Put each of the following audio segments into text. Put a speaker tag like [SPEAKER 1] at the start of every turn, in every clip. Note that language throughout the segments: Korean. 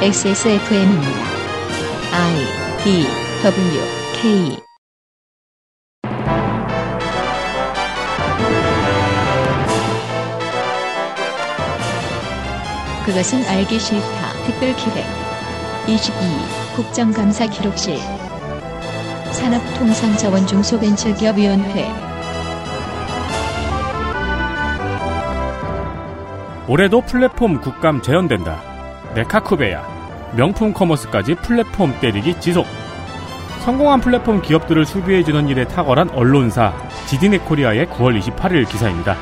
[SPEAKER 1] XSFM입니다. I D W K 그것은 알기 싫다. 특별 기획 22 국정감사 기록실 산업통상자원중소벤처기업위원회
[SPEAKER 2] 올해도 플랫폼 국감 재현된다. 네카쿠베야. 명품 커머스까지 플랫폼 때리기 지속. 성공한 플랫폼 기업들을 수비해주는 일에 탁월한 언론사 디디네코리아의 9월 28일 기사입니다.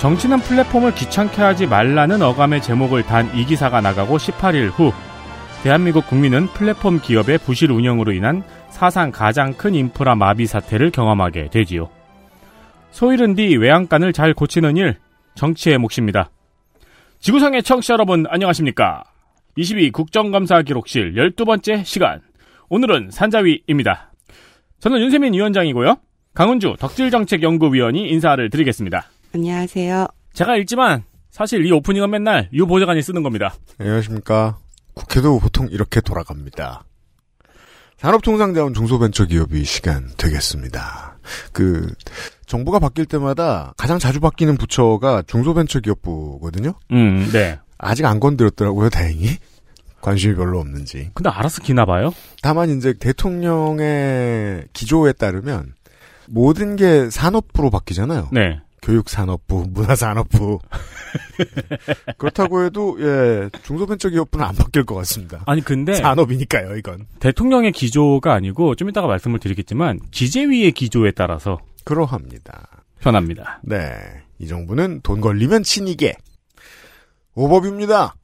[SPEAKER 2] 정치는 플랫폼을 귀찮게 하지 말라는 어감의 제목을 단 이 기사가 나가고 18일 후 대한민국 국민은 플랫폼 기업의 부실 운영으로 인한 사상 가장 큰 인프라 마비 사태를 경험하게 되지요. 소일은 뒤 외양간을 잘 고치는 일 정치의 몫입니다. 지구상의 청취자 여러분 안녕하십니까? 22 국정감사 기록실 12번째 시간. 오늘은 산자위입니다. 저는 윤세민 위원장이고요. 강은주 덕질정책연구위원이 인사를 드리겠습니다.
[SPEAKER 3] 안녕하세요.
[SPEAKER 2] 제가 읽지만 사실 이 오프닝은 맨날 유 보좌관이 쓰는 겁니다.
[SPEAKER 4] 네, 안녕하십니까. 국회도 보통 이렇게 돌아갑니다. 산업통상자원 중소벤처기업이 시간 되겠습니다. 그 정부가 바뀔 때마다 가장 자주 바뀌는 부처가 중소벤처기업부거든요.
[SPEAKER 2] 음, 네.
[SPEAKER 4] 아직 안 건드렸더라고요, 다행히. 관심이 별로 없는지.
[SPEAKER 2] 근데 알아서 기나 봐요.
[SPEAKER 4] 다만 이제 대통령의 기조에 따르면 모든 게 산업부로 바뀌잖아요.
[SPEAKER 2] 네.
[SPEAKER 4] 교육산업부, 문화산업부. 그렇다고 해도 예 중소벤처기업부는 안 바뀔 것 같습니다.
[SPEAKER 2] 아니 근데
[SPEAKER 4] 산업이니까요, 이건.
[SPEAKER 2] 대통령의 기조가 아니고 좀 이따가 말씀을 드리겠지만 기재위의 기조에 따라서
[SPEAKER 4] 그러합니다.
[SPEAKER 2] 변합니다.
[SPEAKER 4] 네, 이 정부는 돈 걸리면 친이게 오법입니다.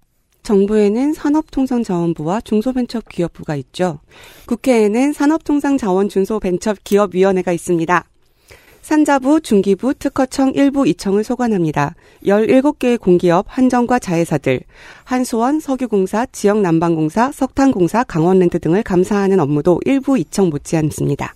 [SPEAKER 3] 정부에는 산업통상자원부와 중소벤처기업부가 있죠. 국회에는 산업통상자원중소벤처기업위원회가 있습니다. 산자부, 중기부, 특허청 1부 2청을 소관합니다. 17개의 공기업, 한정과 자회사들, 한수원, 석유공사, 지역난방공사, 석탄공사, 강원랜드 등을 감사하는 업무도 1부 2청 못지않습니다.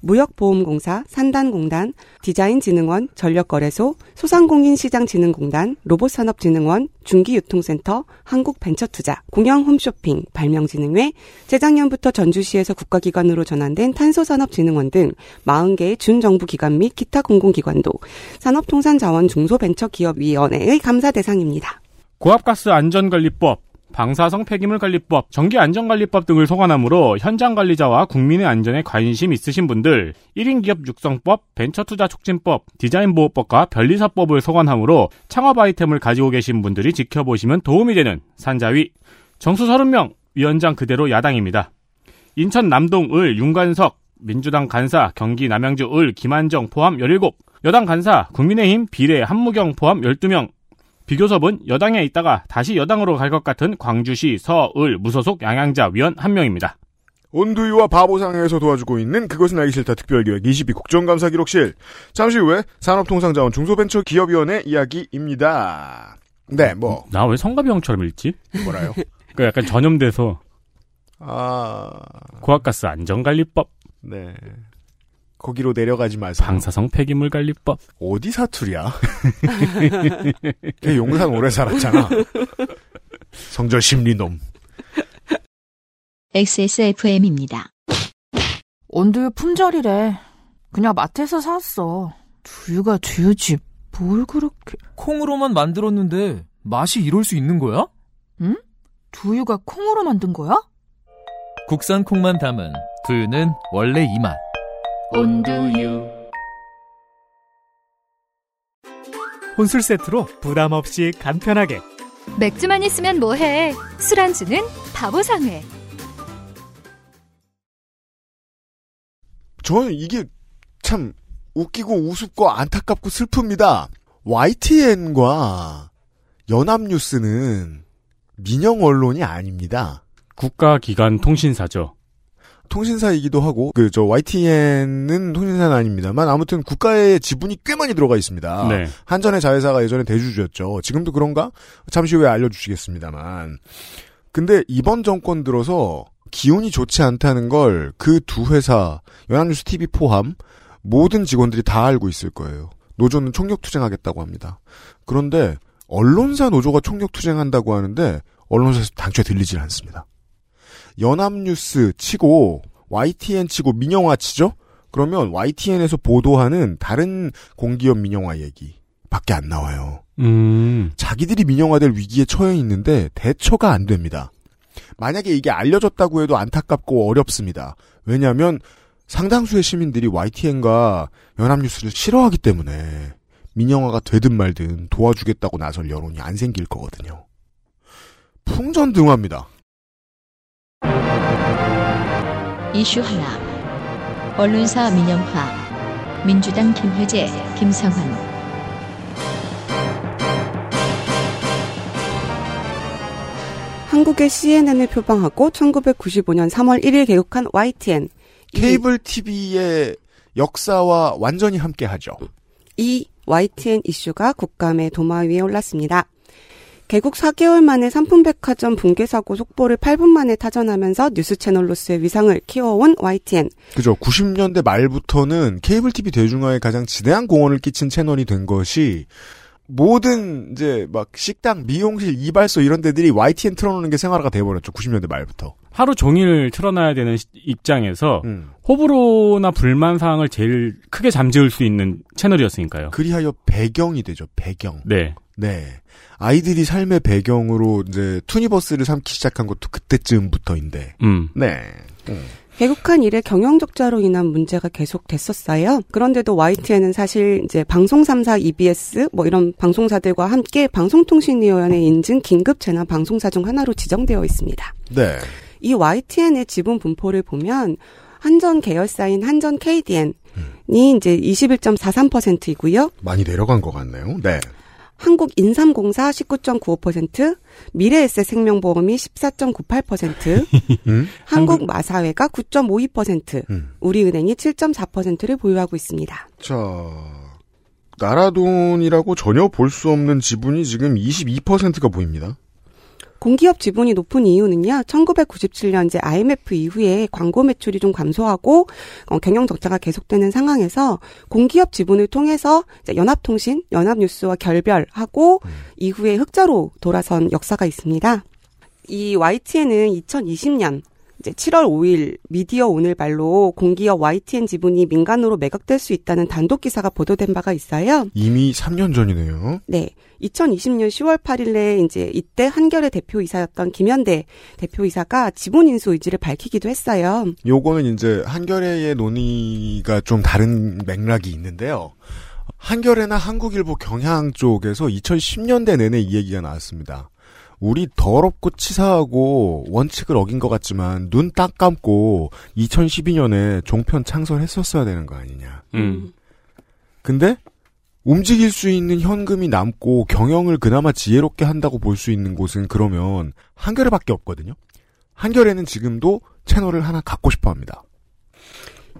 [SPEAKER 3] 무역보험공사, 산단공단, 디자인진흥원, 전력거래소, 소상공인시장진흥공단, 로봇산업진흥원, 중기유통센터, 한국벤처투자, 공영홈쇼핑, 발명진흥회, 재작년부터 전주시에서 국가기관으로 전환된 탄소산업진흥원 등 40개의 준정부기관 및 기타 공공기관도 산업통상자원중소벤처기업위원회의 감사 대상입니다.
[SPEAKER 2] 고압가스 안전관리법, 방사성 폐기물 관리법, 전기 안전관리법 등을 소관하므로 현장 관리자와 국민의 안전에 관심 있으신 분들 1인 기업 육성법, 벤처투자 촉진법, 디자인 보호법과 변리사법을 소관하므로 창업 아이템을 가지고 계신 분들이 지켜보시면 도움이 되는 산자위 정수 30명 위원장 그대로 야당입니다. 인천 남동 을 윤관석 민주당 간사 경기 남양주 을 김한정 포함 17 여당 간사 국민의힘 비례 한무경 포함 12명 비교섭은 여당에 있다가 다시 여당으로 갈 것 같은 광주시 서을 무소속 양양자 위원 한 명입니다.
[SPEAKER 4] 온두유와 바보상에서 도와주고 있는 그것은 알기 싫다 특별기획 22 국정감사 기록실 잠시 후에 산업통상자원 중소벤처기업위원회 이야기입니다. 네, 뭐
[SPEAKER 2] 나 왜 성가병처럼 읽지?
[SPEAKER 4] 뭐라요?
[SPEAKER 2] 그 약간 전염돼서
[SPEAKER 4] 아,
[SPEAKER 2] 고압가스 안전관리법,
[SPEAKER 4] 네. 거기로 내려가지 마세요.
[SPEAKER 2] 방사성 폐기물 관리법.
[SPEAKER 4] 어디 사투리야? 걔 용산 오래 살았잖아. 성절 심리놈.
[SPEAKER 1] XSFM입니다.
[SPEAKER 5] 온두유 품절이래. 그냥 마트에서 샀어. 두유가 두유지. 뭘 그렇게
[SPEAKER 6] 콩으로만 만들었는데 맛이 이럴 수 있는 거야?
[SPEAKER 5] 두유가 콩으로 만든 거야?
[SPEAKER 6] 국산 콩만 담은 두유는 원래 이 맛.
[SPEAKER 5] 온두유.
[SPEAKER 7] 혼술 세트로 부담 없이 간편하게
[SPEAKER 8] 맥주만 있으면 뭐해? 술안주는 바보상회.
[SPEAKER 4] 저는 이게 참 웃기고 우습고 안타깝고 슬픕니다. YTN과 연합뉴스는 민영 언론이 아닙니다.
[SPEAKER 2] 국가기관 통신사죠.
[SPEAKER 4] 통신사이기도 하고 그 저 YTN은 통신사는 아닙니다만 아무튼 국가의 지분이 꽤 많이 들어가 있습니다.
[SPEAKER 2] 네.
[SPEAKER 4] 한전의 자회사가 예전에 대주주였죠. 지금도 그런가? 잠시 후에 알려주시겠습니다만. 근데 이번 정권 들어서 기운이 좋지 않다는 걸 그 두 회사, 연합뉴스 TV 포함 모든 직원들이 다 알고 있을 거예요. 노조는 총력 투쟁하겠다고 합니다. 그런데 언론사 노조가 총력 투쟁한다고 하는데 언론사에서 당초에 들리질 않습니다. 연합뉴스 치고 YTN 치고 민영화 치죠? 그러면 YTN에서 보도하는 다른 공기업 민영화 얘기밖에 안 나와요.
[SPEAKER 2] 음.
[SPEAKER 4] 자기들이 민영화될 위기에 처해 있는데 대처가 안 됩니다. 만약에 이게 알려졌다고 해도 안타깝고 어렵습니다. 왜냐하면 상당수의 시민들이 YTN과 연합뉴스를 싫어하기 때문에 민영화가 되든 말든 도와주겠다고 나설 여론이 안 생길 거거든요. 풍전등화입니다.
[SPEAKER 1] 이슈 하나. 언론사 민영화. 민주당 김효재, 김성환.
[SPEAKER 3] 한국의 CNN을 표방하고 1995년 3월 1일 개국한 YTN. 이-
[SPEAKER 4] 케이블 TV의 역사와 완전히 함께하죠.
[SPEAKER 3] 이 YTN 이슈가 국감의 도마 위에 올랐습니다. 개국 4개월 만에 삼풍백화점 붕괴 사고 속보를 8분 만에 타전하면서 뉴스 채널로서의 위상을 키워온 YTN.
[SPEAKER 4] 그죠. 90년대 말부터는 케이블 TV 대중화에 가장 지대한 공헌을 끼친 채널이 된 것이 모든 이제 막 식당, 미용실, 이발소 이런 데들이 YTN 틀어놓는 게 생활화가 돼버렸죠. 90년대 말부터.
[SPEAKER 2] 하루 종일 틀어놔야 되는 시- 입장에서
[SPEAKER 4] 음.
[SPEAKER 2] 호불호나 불만 사항을 제일 크게 잠재울 수 있는 채널이었으니까요.
[SPEAKER 4] 음. 그리하여 배경이 되죠. 배경.
[SPEAKER 2] 네.
[SPEAKER 4] 네. 아이들이 삶의 배경으로 이제 투니버스를 삼기 시작한 것도 그때쯤부터인데.
[SPEAKER 2] 음.
[SPEAKER 4] 네.
[SPEAKER 3] 개국한 이래 경영적자로 인한 문제가 계속 됐었어요. 그런데도 YTN은 사실 이제 방송 3사 EBS 뭐 이런 방송사들과 함께 방송통신위원회 인증 긴급 재난 방송사 중 하나로 지정되어 있습니다.
[SPEAKER 4] 네.
[SPEAKER 3] 이 YTN의 지분 분포를 보면 한전 계열사인 한전 KDN이 이제 21.43%이고요.
[SPEAKER 4] 많이 내려간 것 같네요. 네.
[SPEAKER 3] 한국인삼공사 19.95%, 미래에셋 생명보험이 14.98%,
[SPEAKER 4] 음?
[SPEAKER 3] 한국마사회가 9.52%,
[SPEAKER 4] 음.
[SPEAKER 3] 우리은행이 7.4%를 보유하고 있습니다.
[SPEAKER 4] 자, 나라 돈이라고 전혀 볼 수 없는 지분이 지금 22%가 보입니다.
[SPEAKER 3] 공기업 지분이 높은 이유는요. 1997년 이제 IMF 이후에 광고 매출이 좀 감소하고 어, 경영 적자가 계속되는 상황에서 공기업 지분을 통해서 이제 연합통신, 연합뉴스와 결별하고 이후에 흑자로 돌아선 역사가 있습니다. 이 YTN은 2020년 이제 7월 5일 미디어 오늘 말로 공기업 YTN 지분이 민간으로 매각될 수 있다는 단독 기사가 보도된 바가 있어요.
[SPEAKER 4] 이미 3년 전이네요.
[SPEAKER 3] 네. 2020년 10월 8일에 이제 이때 한결의 대표이사였던 김현대 대표이사가 지분 인수 의지를 밝히기도 했어요.
[SPEAKER 4] 요거는 이제 한겨레의 논의가 좀 다른 맥락이 있는데요. 한겨레나 한국일보 경향 쪽에서 2010년대 내내 이 얘기가 나왔습니다. 우리 더럽고 치사하고 원칙을 어긴 것 같지만 눈 딱 감고 2012년에 종편 창설했었어야 되는 거 아니냐.
[SPEAKER 2] 음.
[SPEAKER 4] 근데 움직일 수 있는 현금이 남고 경영을 그나마 지혜롭게 한다고 볼 수 있는 곳은 그러면 한겨레밖에 없거든요. 한겨레는 지금도 채널을 하나 갖고 싶어 합니다.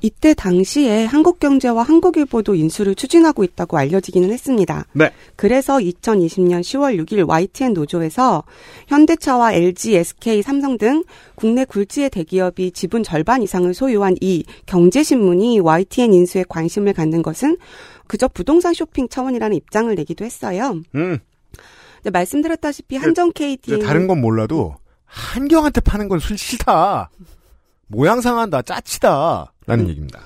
[SPEAKER 3] 이때 당시에 한국경제와 한국일보도 인수를 추진하고 있다고 알려지기는 했습니다.
[SPEAKER 4] 네.
[SPEAKER 3] 그래서 2020년 10월 6일 YTN 노조에서 현대차와 LG, SK, 삼성 등 국내 굴지의 대기업이 지분 절반 이상을 소유한 이 경제신문이 YTN 인수에 관심을 갖는 것은 그저 부동산 쇼핑 차원이라는 입장을 내기도 했어요.
[SPEAKER 4] 음, 네.
[SPEAKER 3] 근데 말씀드렸다시피 한정
[SPEAKER 4] 이제
[SPEAKER 3] KDN
[SPEAKER 4] 다른 건 몰라도 한경한테 파는 건 술- 싫다. 모양상한다, 짜치다. 라는
[SPEAKER 3] 음.
[SPEAKER 4] 얘기입니다.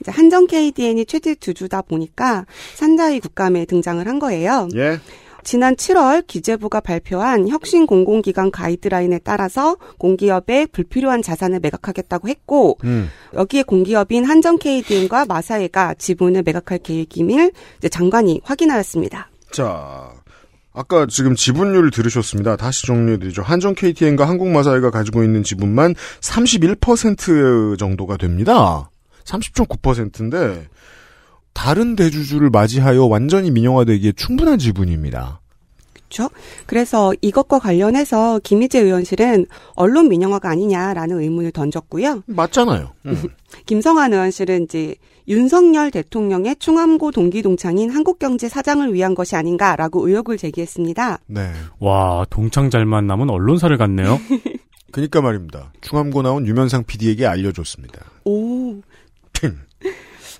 [SPEAKER 3] 이제 한정 KDN이 최대 주주다 보니까 산자위 국감에 등장을 한 거예요.
[SPEAKER 4] 예.
[SPEAKER 3] 지난 7월 기재부가 발표한 혁신 공공기관 가이드라인에 따라서 공기업의 불필요한 자산을 매각하겠다고 했고
[SPEAKER 4] 음,
[SPEAKER 3] 여기에 공기업인 한정 KDN과 마사회가 지분을 매각할 계획임을 이제 장관이 확인하였습니다.
[SPEAKER 4] 자. 아까 지금 지분율 들으셨습니다. 다시 정리해드리죠. 한정 KTN과 한국마사회가 가지고 있는 지분만 31% 정도가 됩니다. 30.9%인데, 다른 대주주를 맞이하여 완전히 민영화되기에 충분한 지분입니다.
[SPEAKER 3] 그렇죠? 그래서 이것과 관련해서 김희재 의원실은 언론 민영화가 아니냐라는 의문을 던졌고요.
[SPEAKER 4] 맞잖아요. 음.
[SPEAKER 3] 김성환 의원실은 이제 윤석열 대통령의 충암고 동기 동창인 한국경제 사장을 위한 것이 아닌가라고 의혹을 제기했습니다.
[SPEAKER 4] 네.
[SPEAKER 2] 와, 동창 잘 만남은 언론사를 갔네요.
[SPEAKER 4] 그니까 그러니까 말입니다. 중암고 나온 유면상 PD에게 알려줬습니다.
[SPEAKER 3] 오.
[SPEAKER 4] 팅.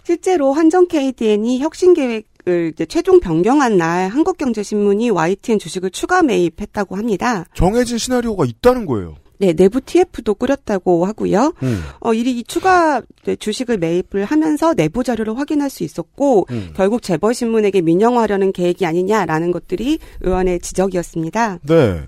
[SPEAKER 3] 실제로 한정 KDN이 혁신 계획 주식을 이제 최종 변경한 날 한국경제신문이 YTN 주식을 추가 매입했다고 합니다.
[SPEAKER 4] 정해진 시나리오가 있다는 거예요.
[SPEAKER 3] 네, 내부 TF도 꾸렸다고 하고요.
[SPEAKER 4] 음.
[SPEAKER 3] 어, 이리 이 추가 이제 주식을 매입을 하면서 내부 자료를 확인할 수 있었고
[SPEAKER 4] 음.
[SPEAKER 3] 결국 재벌신문에게 민영화하려는 계획이 아니냐라는 것들이 의원의 지적이었습니다.
[SPEAKER 4] 네.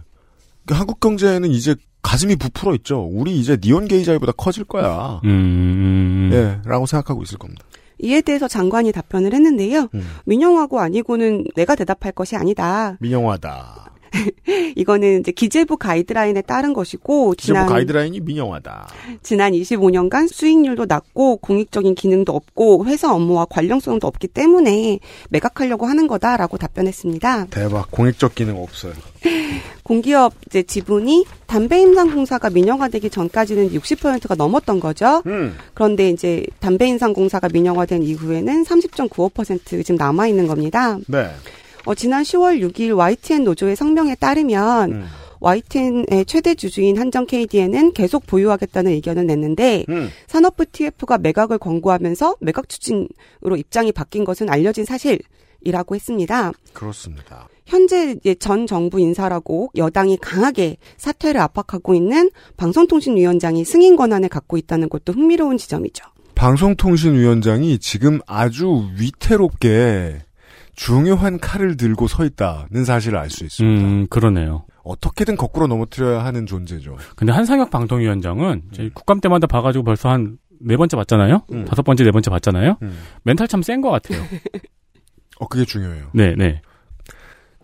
[SPEAKER 4] 그 한국 경제는 이제 가슴이 부풀어 있죠. 우리 이제 니온 게이자이보다 커질 거야.
[SPEAKER 2] 음.
[SPEAKER 4] 예, 라고 생각하고 있을 겁니다.
[SPEAKER 3] 이에 대해서 장관이 답변을 했는데요.
[SPEAKER 4] 음.
[SPEAKER 3] 민영화고 아니고는 내가 대답할 것이 아니다.
[SPEAKER 4] 민영화다.
[SPEAKER 3] 이거는 이제 기재부 가이드라인에 따른 것이고
[SPEAKER 4] 지금
[SPEAKER 3] 지난
[SPEAKER 4] 뭐 가이드라인이 민영화다.
[SPEAKER 3] 지난 25년간 수익률도 낮고 공익적인 기능도 없고 회사 업무와 관련성도 없기 때문에 매각하려고 하는 거다라고 답변했습니다.
[SPEAKER 4] 대박. 공익적 기능 없어요.
[SPEAKER 3] 공기업 이제 지분이 담배 임상 공사가 민영화되기 전까지는 60%가 넘었던 거죠.
[SPEAKER 4] 음.
[SPEAKER 3] 그런데 이제 담배 임상 공사가 민영화된 이후에는 30.95% 지금 남아 있는 겁니다.
[SPEAKER 4] 네.
[SPEAKER 3] 어, 지난 10월 6일 YTN 노조의 성명에 따르면
[SPEAKER 4] 음.
[SPEAKER 3] YTN의 최대 주주인 한정 KDN은 계속 보유하겠다는 의견을 냈는데
[SPEAKER 4] 음.
[SPEAKER 3] 산업부 TF가 매각을 권고하면서 매각 추진으로 입장이 바뀐 것은 알려진 사실이라고 했습니다.
[SPEAKER 4] 그렇습니다.
[SPEAKER 3] 현재 이제 전 정부 인사라고 여당이 강하게 사퇴를 압박하고 있는 방송통신위원장이 승인 권한을 갖고 있다는 것도 흥미로운 지점이죠.
[SPEAKER 4] 방송통신위원장이 지금 아주 위태롭게 중요한 칼을 들고 서 있다는 사실을 알 수 있습니다.
[SPEAKER 2] 음, 그러네요.
[SPEAKER 4] 어떻게든 거꾸로 넘어뜨려야 하는 존재죠.
[SPEAKER 2] 근데 한상혁 방통위원장은 저희 국감 때마다 봐가지고 벌써 한 네 번째 봤잖아요?
[SPEAKER 4] 음.
[SPEAKER 2] 다섯 번째, 네 번째 봤잖아요?
[SPEAKER 4] 음.
[SPEAKER 2] 멘탈 참 센 것 같아요.
[SPEAKER 4] 어, 그게 중요해요.
[SPEAKER 2] 네, 네.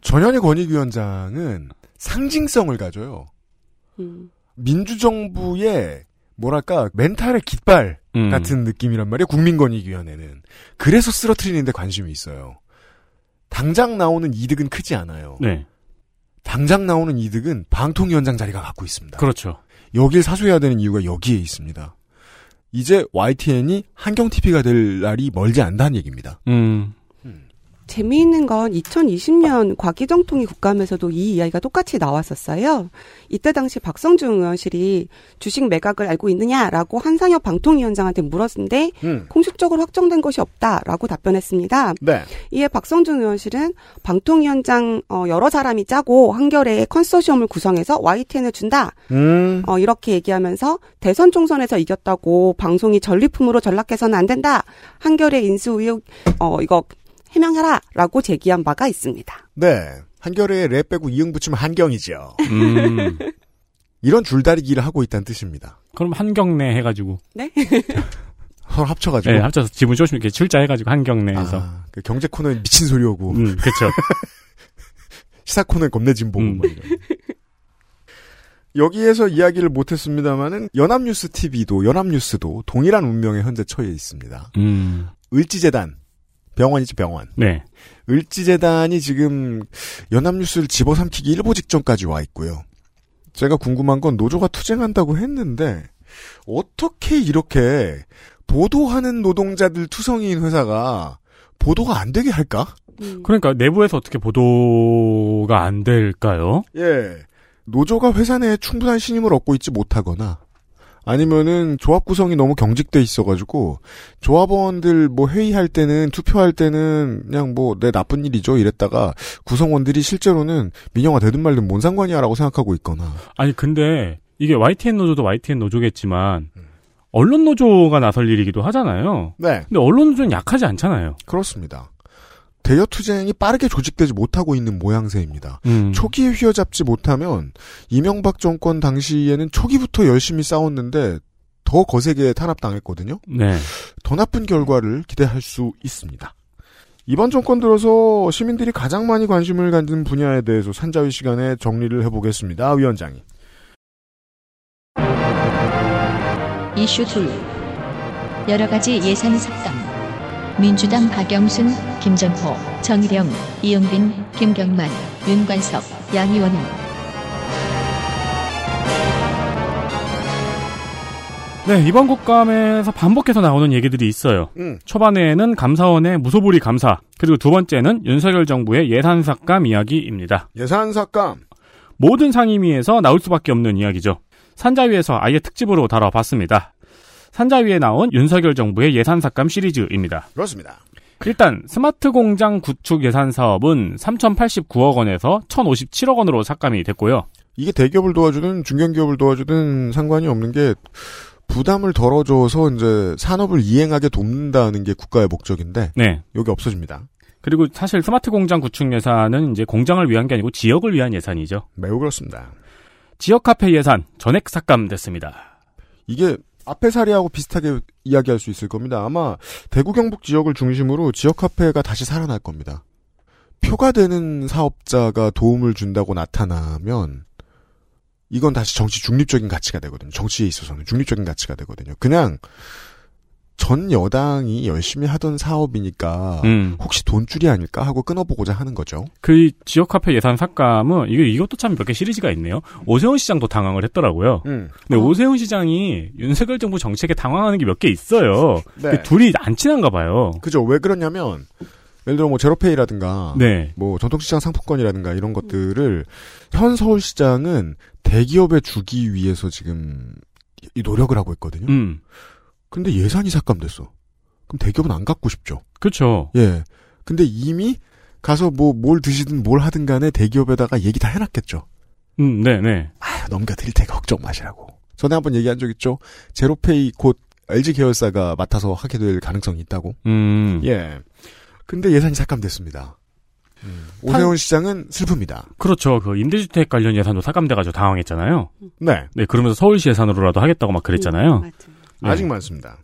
[SPEAKER 4] 전현희 권익위원장은 상징성을 가져요.
[SPEAKER 3] 음.
[SPEAKER 4] 민주정부의 뭐랄까 멘탈의 깃발
[SPEAKER 2] 음.
[SPEAKER 4] 같은 느낌이란 말이에요. 국민권익위원회는 그래서 쓰러트리는데 관심이 있어요. 당장 나오는 이득은 크지 않아요.
[SPEAKER 2] 네.
[SPEAKER 4] 당장 나오는 이득은 방통위원장 자리가 갖고 있습니다.
[SPEAKER 2] 그렇죠.
[SPEAKER 4] 여길 사수해야 되는 이유가 여기에 있습니다. 이제 YTN이 한경 TV가 될 날이 멀지 않다는 얘기입니다.
[SPEAKER 2] 음.
[SPEAKER 3] 재미있는 건 2020년 과기정통위 국감에서도 이 이야기가 똑같이 나왔었어요. 이때 당시 박성중 의원실이 주식 매각을 알고 있느냐라고 한상혁 방통위원장한테 물었는데 공식적으로 확정된 것이 없다라고 답변했습니다.
[SPEAKER 4] 음. 네.
[SPEAKER 3] 이에 박성준 의원실은 방통위원장 어, 여러 사람이 짜고 한결에 컨소시엄을 구성해서 YTN을 준다
[SPEAKER 4] 음.
[SPEAKER 3] 어, 이렇게 얘기하면서 대선 총선에서 이겼다고 방송이 전리품으로 전락해서는 안 된다 한결의 인수 의혹 어, 이거 해명해라라고 제기한 바가 있습니다.
[SPEAKER 4] 네. 한겨레에 랩 빼고 이응 붙이면 한경이죠.
[SPEAKER 2] 음.
[SPEAKER 4] 이런 줄다리기를 하고 있다는 뜻입니다.
[SPEAKER 2] 그럼 한경내 해가지고.
[SPEAKER 4] 서로 합쳐가지고.
[SPEAKER 2] 네, 합쳐서 지분 조금 이렇게 출자 해가지고 한경내에서.
[SPEAKER 4] 아, 뭐. 그 경제 코너는 미친 소리 오고
[SPEAKER 2] 음, 그쵸.
[SPEAKER 4] 시사 코너는 겁내 진보고
[SPEAKER 2] 음.
[SPEAKER 4] 뭐 이런. 여기에서 이야기를 못했습니다만은 연합뉴스 TV도 연합뉴스도 동일한 운명에 현재 처해 있습니다.
[SPEAKER 2] 음.
[SPEAKER 4] 을지재단 병원이지 병원.
[SPEAKER 2] 네.
[SPEAKER 4] 을지재단이 지금 연합뉴스를 집어삼키기 일보 직전까지 와 있고요. 제가 궁금한 건 노조가 투쟁한다고 했는데 어떻게 이렇게 보도하는 노동자들 투성이인 회사가 보도가 안 되게 할까?
[SPEAKER 2] 그러니까 내부에서 어떻게 보도가 안 될까요?
[SPEAKER 4] 예. 노조가 회사 내에 충분한 신임을 얻고 있지 못하거나 아니면은 조합 구성이 너무 경직돼 있어가지고 조합원들 뭐 회의할 때는 투표할 때는 그냥 뭐 내 나쁜 일이죠 이랬다가 구성원들이 실제로는 민영화 되든 말든 뭔 상관이야라고 생각하고 있거나
[SPEAKER 2] 아니, 근데 이게 YTN 노조도 YTN 노조겠지만,
[SPEAKER 4] 음.
[SPEAKER 2] 언론 노조가 나설 일이기도 하잖아요.
[SPEAKER 4] 네
[SPEAKER 2] 근데 언론 노조는 약하지 않잖아요.
[SPEAKER 4] 그렇습니다 대여 투쟁이 빠르게 조직되지 못하고 있는 모양새입니다
[SPEAKER 2] 음.
[SPEAKER 4] 초기에 휘어잡지 못하면 이명박 정권 당시에는 초기부터 열심히 싸웠는데 더 거세게 탄압당했거든요
[SPEAKER 2] 네.
[SPEAKER 4] 더 나쁜 결과를 기대할 수 있습니다. 이번 정권 들어서 시민들이 가장 많이 관심을 갖는 분야에 대해서 산자위 시간에 정리를 해보겠습니다. 위원장이.
[SPEAKER 1] 이슈 둘 여러 가지 예산 삭감 민주당 박영순, 김정호, 정일영, 이용빈, 김경만, 윤관석, 양희원
[SPEAKER 2] 네, 이번 국감에서 반복해서 나오는 얘기들이 있어요.
[SPEAKER 4] 음.
[SPEAKER 2] 초반에는 감사원의 무소불위 감사, 그리고 두 번째는 윤석열 정부의 예산 삭감 이야기입니다.
[SPEAKER 4] 예산 삭감.
[SPEAKER 2] 모든 상임위에서 나올 수밖에 없는 이야기죠. 산자위에서 아예 특집으로 다뤄봤습니다. 산자위에 나온 윤석열 정부의 예산 삭감 시리즈입니다.
[SPEAKER 4] 그렇습니다.
[SPEAKER 2] 일단 스마트 공장 구축 예산 사업은 3,089억 원에서 1,057억 원으로 삭감이 됐고요.
[SPEAKER 4] 이게 대기업을 도와주든 중견기업을 도와주든 상관이 없는 게 부담을 덜어줘서 이제 산업을 이행하게 돕는다는 게 국가의 목적인데
[SPEAKER 2] 네.
[SPEAKER 4] 여기 없어집니다.
[SPEAKER 2] 그리고 사실 스마트 공장 구축 예산은 이제 공장을 위한 게 아니고 지역을 위한 예산이죠.
[SPEAKER 4] 매우 그렇습니다.
[SPEAKER 2] 지역 화폐 예산 전액 삭감됐습니다.
[SPEAKER 4] 이게 앞에 사례하고 비슷하게 이야기할 수 있을 겁니다. 아마 대구 경북 지역을 중심으로 지역 카페가 다시 살아날 겁니다. 표가 되는 사업자가 도움을 준다고 나타나면 이건 다시 정치 중립적인 가치가 되거든요. 정치에 있어서는 중립적인 가치가 되거든요. 그냥 전 여당이 열심히 하던 사업이니까
[SPEAKER 2] 음.
[SPEAKER 4] 혹시 돈줄이 아닐까 하고 끊어보고자 하는 거죠.
[SPEAKER 2] 그 지역 화폐 예산 삭감은 이게 이것도 참 몇 개 시리즈가 있네요. 오세훈 시장도 당황을 했더라고요. 근데
[SPEAKER 4] 아.
[SPEAKER 2] 오세훈 시장이 윤석열 정부 정책에 당황하는 게 몇 개 있어요.
[SPEAKER 4] 네.
[SPEAKER 2] 근데 둘이 안 친한가 봐요.
[SPEAKER 4] 그죠. 왜 그러냐면 예를 들어 뭐 제로페이라든가
[SPEAKER 2] 네.
[SPEAKER 4] 뭐 전통시장 상품권이라든가 이런 것들을 현 서울시장은 대기업에 주기 위해서 지금 이 노력을 하고 있거든요.
[SPEAKER 2] 음.
[SPEAKER 4] 근데 예산이 삭감됐어. 그럼 대기업은 안 갖고 싶죠.
[SPEAKER 2] 그렇죠.
[SPEAKER 4] 예. 근데 이미 가서 뭐 뭘 드시든 뭘 하든 간에 대기업에다가 얘기 다 해놨겠죠.
[SPEAKER 2] 음, 네, 네.
[SPEAKER 4] 아휴, 넘겨드릴 테니까 걱정 마시라고. 전에 한번 얘기한 적 있죠. 제로페이 곧 LG 계열사가 맡아서 하게 될 가능성이 있다고.
[SPEAKER 2] 음.
[SPEAKER 4] 예. 근데 예산이 삭감됐습니다. 음. 오세훈 시장은 슬픕니다.
[SPEAKER 2] 그렇죠. 그 임대주택 관련 예산도 삭감돼 가지고 당황했잖아요.
[SPEAKER 4] 네.
[SPEAKER 2] 네, 그러면서 서울시 예산으로라도 하겠다고 막
[SPEAKER 3] 음,
[SPEAKER 2] 그랬잖아요.
[SPEAKER 3] 맞아요.
[SPEAKER 2] 네.
[SPEAKER 4] 아직 많습니다.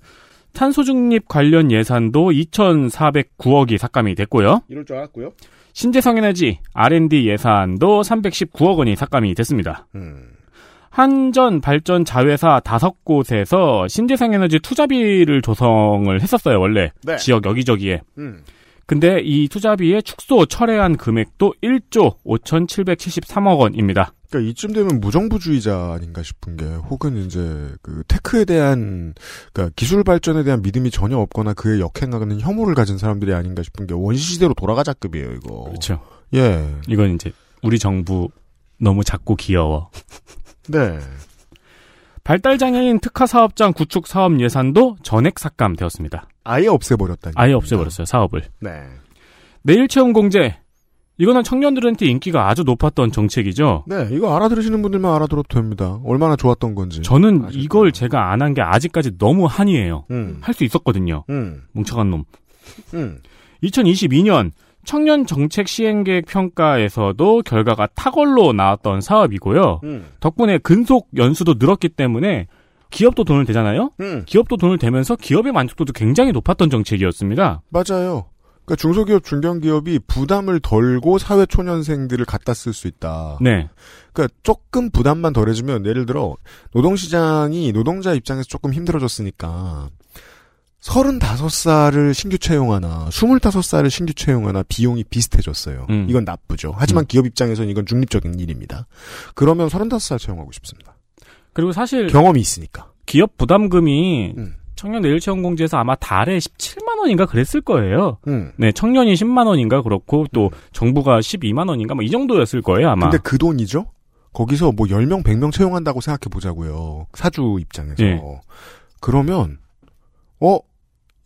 [SPEAKER 2] 탄소 중립 관련 예산도 2,409억이 삭감이 됐고요.
[SPEAKER 4] 이럴 줄 알았고요.
[SPEAKER 2] 신재성 에너지 R&D 예산도 319억 원이 삭감이 됐습니다.
[SPEAKER 4] 음.
[SPEAKER 2] 한전 발전 자회사 다섯 곳에서 신재생 에너지 투자비를 조성을 했었어요, 원래.
[SPEAKER 4] 네.
[SPEAKER 2] 지역 여기저기에.
[SPEAKER 4] 음.
[SPEAKER 2] 근데 이 투자비의 축소 철회한 금액도 1조 5,773억 원입니다.
[SPEAKER 4] 그러니까 이쯤 되면 무정부주의자 아닌가 싶은 게 혹은 이제 그 테크에 대한 그러니까 기술 발전에 대한 믿음이 전혀 없거나 그에 역행하는 혐오를 가진 사람들이 아닌가 싶은 게 원시 시대로 돌아가자급이에요, 이거.
[SPEAKER 2] 그렇죠.
[SPEAKER 4] 예.
[SPEAKER 2] 이건 이제 우리 정부 너무 작고 귀여워.
[SPEAKER 4] 네.
[SPEAKER 2] 발달 장애인 특화 사업장 구축 사업 예산도 전액 삭감되었습니다.
[SPEAKER 4] 아예 없애버렸다.
[SPEAKER 2] 아예 없애버렸어요, 사업을.
[SPEAKER 4] 네.
[SPEAKER 2] 내일 채용 공제. 이거는 청년들한테 인기가 아주 높았던 정책이죠.
[SPEAKER 4] 네, 이거 알아들으시는 분들만 알아들어도 됩니다. 얼마나 좋았던 건지.
[SPEAKER 2] 저는
[SPEAKER 4] 아쉽네요.
[SPEAKER 2] 이걸 제가 안 한 게 아직까지 너무 한이에요.
[SPEAKER 4] 음.
[SPEAKER 2] 할 수 있었거든요.
[SPEAKER 4] 음.
[SPEAKER 2] 뭉쳐간 놈.
[SPEAKER 4] 음.
[SPEAKER 2] 2022년 청년 정책 시행계획 평가에서도 결과가 탁월로 나왔던 사업이고요.
[SPEAKER 4] 음.
[SPEAKER 2] 덕분에 근속 연수도 늘었기 때문에 기업도 돈을 대잖아요.
[SPEAKER 4] 음.
[SPEAKER 2] 기업도 돈을 대면서 기업의 만족도도 굉장히 높았던 정책이었습니다.
[SPEAKER 4] 맞아요. 그러니까 중소기업, 중견기업이 부담을 덜고 사회 초년생들을 갖다 쓸 수 있다.
[SPEAKER 2] 네.
[SPEAKER 4] 그러니까 조금 부담만 덜해주면 예를 들어 노동시장이 노동자 입장에서 조금 힘들어졌으니까 35살을 신규 채용하나 25살을 신규 채용하나 비용이 비슷해졌어요.
[SPEAKER 2] 음.
[SPEAKER 4] 이건 나쁘죠. 하지만 기업 입장에서는 이건 중립적인 일입니다. 그러면 35살 채용하고 싶습니다.
[SPEAKER 2] 그리고 사실
[SPEAKER 4] 경험이 있으니까.
[SPEAKER 2] 기업 부담금이
[SPEAKER 4] 음.
[SPEAKER 2] 청년 내일 채용 공제에서 아마 달에 17만 원인가 그랬을 거예요.
[SPEAKER 4] 음.
[SPEAKER 2] 네, 청년이 10만 원인가 그렇고 또 정부가 12만 원인가 뭐 이 정도였을 거예요, 아마.
[SPEAKER 4] 근데 그 돈이죠? 거기서 뭐 10명, 100명 채용한다고 생각해 보자고요. 사주 입장에서.
[SPEAKER 2] 예.
[SPEAKER 4] 그러면, 어?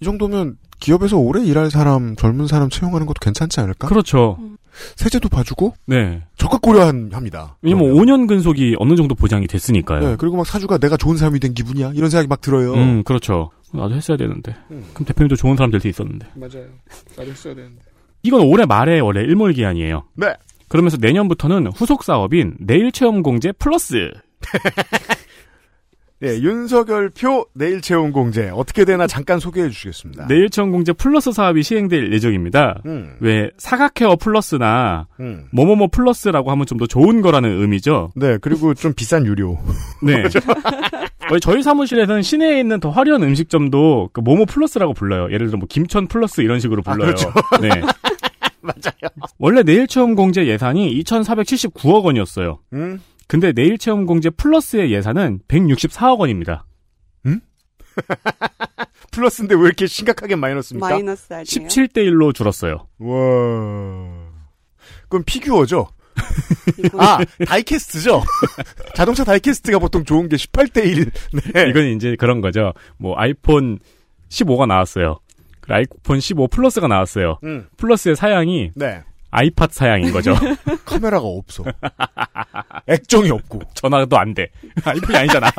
[SPEAKER 4] 이 정도면 기업에서 오래 일할 사람, 젊은 사람 채용하는 것도 괜찮지 않을까?
[SPEAKER 2] 그렇죠.
[SPEAKER 4] 음. 세제도 봐주고,
[SPEAKER 2] 네.
[SPEAKER 4] 적극 고려합니다.
[SPEAKER 2] 왜냐면
[SPEAKER 4] 그러면.
[SPEAKER 2] 5년 근속이 어느 정도 보장이 됐으니까요.
[SPEAKER 4] 네, 그리고 막 사주가 내가 좋은 사람이 된 기분이야? 이런 생각이 막 들어요. 음.
[SPEAKER 2] 음, 그렇죠. 나도 했어야 되는데. 그럼 대표님도 좋은 사람 될 수 있었는데.
[SPEAKER 4] 맞아요. 나도 써야 되는데.
[SPEAKER 2] 이건 올해 말에 원래 일몰 기한이에요.
[SPEAKER 4] 네.
[SPEAKER 2] 그러면서 내년부터는 후속 사업인 내일 체험 공제 플러스.
[SPEAKER 4] 네, 윤석열 표 내일 채용 공제. 어떻게 되나 잠깐 소개해 주시겠습니다.
[SPEAKER 2] 내일 체험 공제 플러스 사업이 시행될 예정입니다.
[SPEAKER 4] 음,
[SPEAKER 2] 왜 사각헤어 플러스나
[SPEAKER 4] 음.
[SPEAKER 2] 뭐뭐뭐 플러스라고 하면 좀 더 좋은 거라는 의미죠.
[SPEAKER 4] 네, 그리고 좀 비싼 유료.
[SPEAKER 2] 네. 왜 저희 사무실에서는 시내에 있는 더 화려한 음식점도 그 모모 플러스라고 불러요. 예를 들어 뭐 김천 플러스 이런 식으로
[SPEAKER 4] 아,
[SPEAKER 2] 불러요. 네. 맞아요. 원래 내일 체험 공제 예산이 2,479억 원이었어요.
[SPEAKER 4] 음?
[SPEAKER 2] 근데 내일 체험 공제 플러스의 예산은 164억 원입니다.
[SPEAKER 4] 플러스인데 왜 이렇게 심각하게 마이너스입니까?
[SPEAKER 3] 마이너스 아니에요?
[SPEAKER 2] 17대 1로 줄었어요.
[SPEAKER 4] 와. 그럼 피규어죠?
[SPEAKER 3] 이거
[SPEAKER 4] 아, 다이캐스트죠? 자동차 다이캐스트가 보통 좋은 게 18대 1. 네.
[SPEAKER 2] 이건 이제 그런 거죠. 뭐 아이폰 15가 나왔어요. 라이폰 15 플러스가 나왔어요.
[SPEAKER 4] 음.
[SPEAKER 2] 플러스의 사양이
[SPEAKER 4] 네.
[SPEAKER 2] 아이팟 사양인 거죠.
[SPEAKER 4] 카메라가 없어. 액정이 없고.
[SPEAKER 2] 전화도 안 돼. 아이폰이 아니잖아.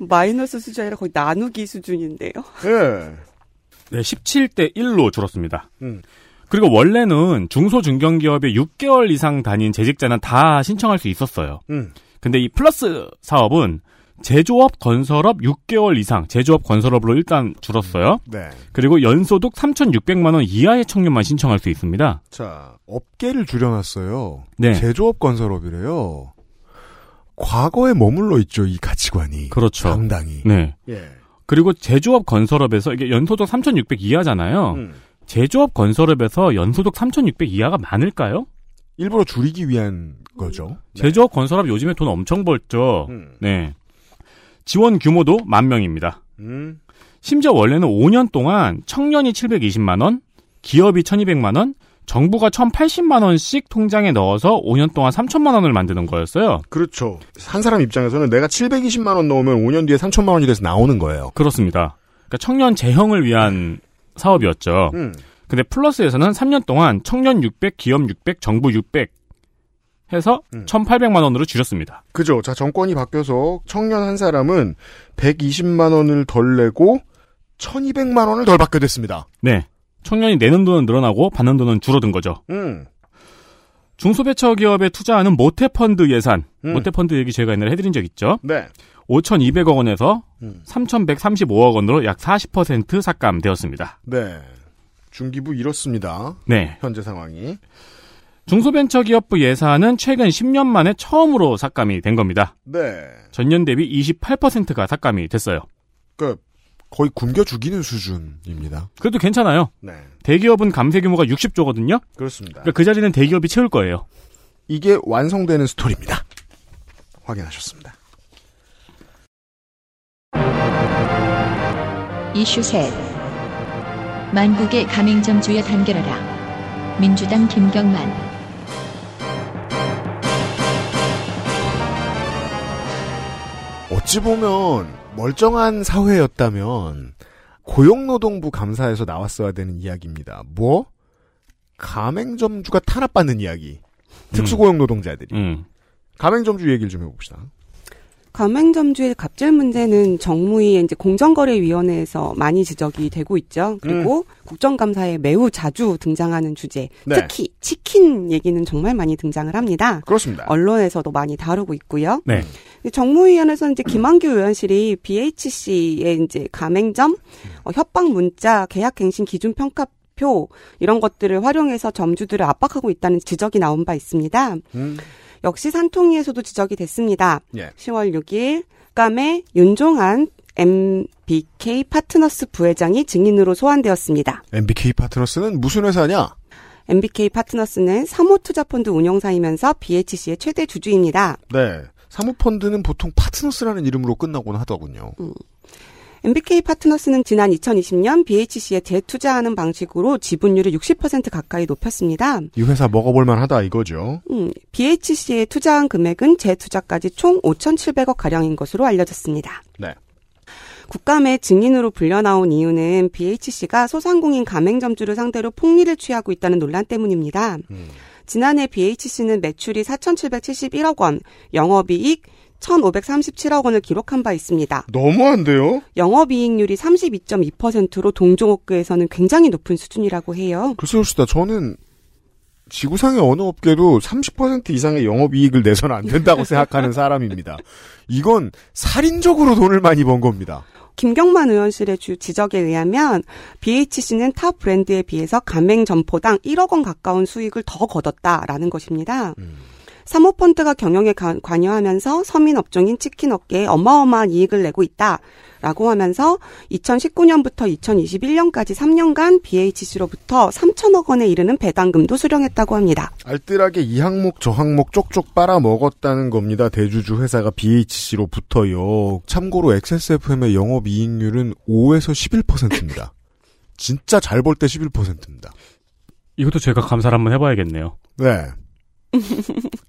[SPEAKER 3] 마이너스 수준이 아니라 거의 나누기 수준인데요.
[SPEAKER 4] 예.
[SPEAKER 2] 네, 17대 1로 줄었습니다.
[SPEAKER 4] 음.
[SPEAKER 2] 그리고 원래는 중소중견기업에 6개월 이상 다닌 재직자는 다 신청할 수 있었어요.
[SPEAKER 4] 음.
[SPEAKER 2] 근데 이 플러스 사업은 제조업 건설업 6개월 이상 제조업 건설업으로 일단 줄었어요.
[SPEAKER 4] 네.
[SPEAKER 2] 그리고 연소득 3,600만 원 이하의 청년만 신청할 수 있습니다.
[SPEAKER 4] 자, 업계를 줄여놨어요.
[SPEAKER 2] 네.
[SPEAKER 4] 제조업 건설업이래요. 과거에 머물러 있죠, 이 가치관이.
[SPEAKER 2] 그렇죠.
[SPEAKER 4] 당당히.
[SPEAKER 2] 네.
[SPEAKER 4] 예.
[SPEAKER 2] 그리고 제조업 건설업에서 이게 연소득 3,600 이하잖아요.
[SPEAKER 4] 음.
[SPEAKER 2] 제조업 건설업에서 연소득 3,600 이하가 많을까요?
[SPEAKER 4] 일부러 줄이기 위한 거죠.
[SPEAKER 2] 제조업 건설업 요즘에 돈 엄청 벌죠.
[SPEAKER 4] 네. 음.
[SPEAKER 2] 네. 지원 규모도 만 명입니다.
[SPEAKER 4] 음.
[SPEAKER 2] 심지어 원래는 5년 동안 청년이 720만 원, 기업이 1,200만 원, 정부가 1,080만 원씩 통장에 넣어서 5년 동안 3천만 원을 만드는 거였어요.
[SPEAKER 4] 그렇죠. 한 사람 입장에서는 내가 720만 원 넣으면 5년 뒤에 3천만 원이 돼서 나오는 거예요.
[SPEAKER 2] 그렇습니다. 그러니까 청년 재형을 위한 사업이었죠.
[SPEAKER 4] 음.
[SPEAKER 2] 근데 플러스에서는 3년 동안 청년 600, 기업 600, 정부 600 해서
[SPEAKER 4] 음.
[SPEAKER 2] 1,800만 원으로 줄였습니다.
[SPEAKER 4] 그죠. 자, 정권이 바뀌어서 청년 한 사람은 120만 원을 덜 내고 1200만 원을 덜 받게 됐습니다.
[SPEAKER 2] 네. 청년이 내는 돈은 늘어나고 받는 돈은 줄어든 거죠.
[SPEAKER 4] 음.
[SPEAKER 2] 중소벤처기업에 투자하는 모태펀드 예산.
[SPEAKER 4] 음.
[SPEAKER 2] 모태펀드 얘기 제가 옛날에 해드린 적 있죠.
[SPEAKER 4] 네.
[SPEAKER 2] 5,200억 원에서
[SPEAKER 4] 음.
[SPEAKER 2] 3,135억 원으로 약 40% 삭감되었습니다.
[SPEAKER 4] 네. 중기부 이렇습니다.
[SPEAKER 2] 네.
[SPEAKER 4] 현재 상황이.
[SPEAKER 2] 중소벤처기업부 예산은 최근 10년 만에 처음으로 삭감이 된 겁니다.
[SPEAKER 4] 네.
[SPEAKER 2] 전년 대비 28%가 삭감이 됐어요.
[SPEAKER 4] 그러니까 거의 굶겨 죽이는 수준입니다.
[SPEAKER 2] 그래도 괜찮아요.
[SPEAKER 4] 네.
[SPEAKER 2] 대기업은 감세 규모가 60조거든요.
[SPEAKER 4] 그렇습니다.
[SPEAKER 2] 그 자리는 대기업이 채울 거예요.
[SPEAKER 4] 이게 완성되는 스토리입니다. 확인하셨습니다.
[SPEAKER 1] 이슈 셋 만국의 가맹점 주여 단결하라 민주당 김경만
[SPEAKER 4] 어찌 보면 멀쩡한 사회였다면 고용노동부 감사에서 나왔어야 되는 이야기입니다. 뭐? 가맹점주가 탄압받는 이야기. 특수고용노동자들이.
[SPEAKER 2] 음.
[SPEAKER 4] 가맹점주 얘기를 좀 해봅시다.
[SPEAKER 3] 가맹점주의 갑질 문제는 정무위 이제 공정거래위원회에서 많이 지적이 되고 있죠. 그리고 국정감사에 매우 자주 등장하는 주제,
[SPEAKER 4] 음. 네.
[SPEAKER 3] 특히 치킨 얘기는 정말 많이 등장을 합니다.
[SPEAKER 4] 그렇습니다.
[SPEAKER 3] 언론에서도 많이 다루고 있고요.
[SPEAKER 2] 네.
[SPEAKER 3] 근데 정무위원회에서는 이제 김한규 의원실이 BHC의 이제 가맹점, 어, 협박 문자, 계약갱신 기준 평가 표 이런 것들을 활용해서 점주들을 압박하고 있다는 지적이 나온 바 있습니다.
[SPEAKER 4] 음.
[SPEAKER 3] 역시 산통위에서도 지적이 됐습니다.
[SPEAKER 4] 예.
[SPEAKER 3] 10월 6일 감의 윤종한 MBK 파트너스 부회장이 증인으로 소환되었습니다.
[SPEAKER 4] MBK 파트너스는 무슨 회사냐?
[SPEAKER 3] MBK 파트너스는 사모투자펀드 운용사이면서 BHC의 최대 주주입니다.
[SPEAKER 4] 네. 사모펀드는 보통 파트너스라는 이름으로 끝나곤 하더군요.
[SPEAKER 3] MBK 파트너스는 지난 2020년 BHC에 재투자하는 방식으로 지분율을 60% 가까이 높였습니다.
[SPEAKER 4] 이 회사 먹어볼만 하다 이거죠.
[SPEAKER 3] 음, BHC에 투자한 금액은 재투자까지 총 5,700억 가량인 것으로 알려졌습니다.
[SPEAKER 4] 네.
[SPEAKER 3] 국감의 증인으로 불려나온 이유는 BHC가 소상공인 가맹점주를 상대로 폭리를 취하고 있다는 논란 때문입니다. 지난해 BHC는 매출이 4,771억 원, 영업이익 1,537억 원을 기록한 바 있습니다.
[SPEAKER 4] 너무한데요?
[SPEAKER 3] 영업이익률이 32.2%로 동종업계에서는 굉장히 높은 수준이라고 해요.
[SPEAKER 4] 글쎄요, 시다 저는 지구상의 어느 업계도 30% 이상의 영업이익을 내서는 안 된다고 생각하는 사람입니다. 이건 살인적으로 돈을 많이 번 겁니다.
[SPEAKER 3] 김경만 의원실의 주 지적에 의하면 BHC는 타 브랜드에 비해서 가맹 점포당 1억 원 가까운 수익을 더 거뒀다라는 것입니다. 사모펀드가 경영에 가- 관여하면서 서민 업종인 치킨 업계에 어마어마한 이익을 내고 있다라고 하면서 2019년부터 2021년까지 3년간 BHC로부터 3천억 원에 이르는 배당금도 수령했다고 합니다.
[SPEAKER 4] 알뜰하게 이 항목 저 항목 쪽쪽 빨아 먹었다는 겁니다. 대주주 회사가 BHC로부터요. 참고로 XSFM의 영업이익률은 5에서 11%입니다. 진짜 잘 벌 때 11%입니다.
[SPEAKER 2] 이것도 제가 감사를 한번 해봐야겠네요.
[SPEAKER 4] 네.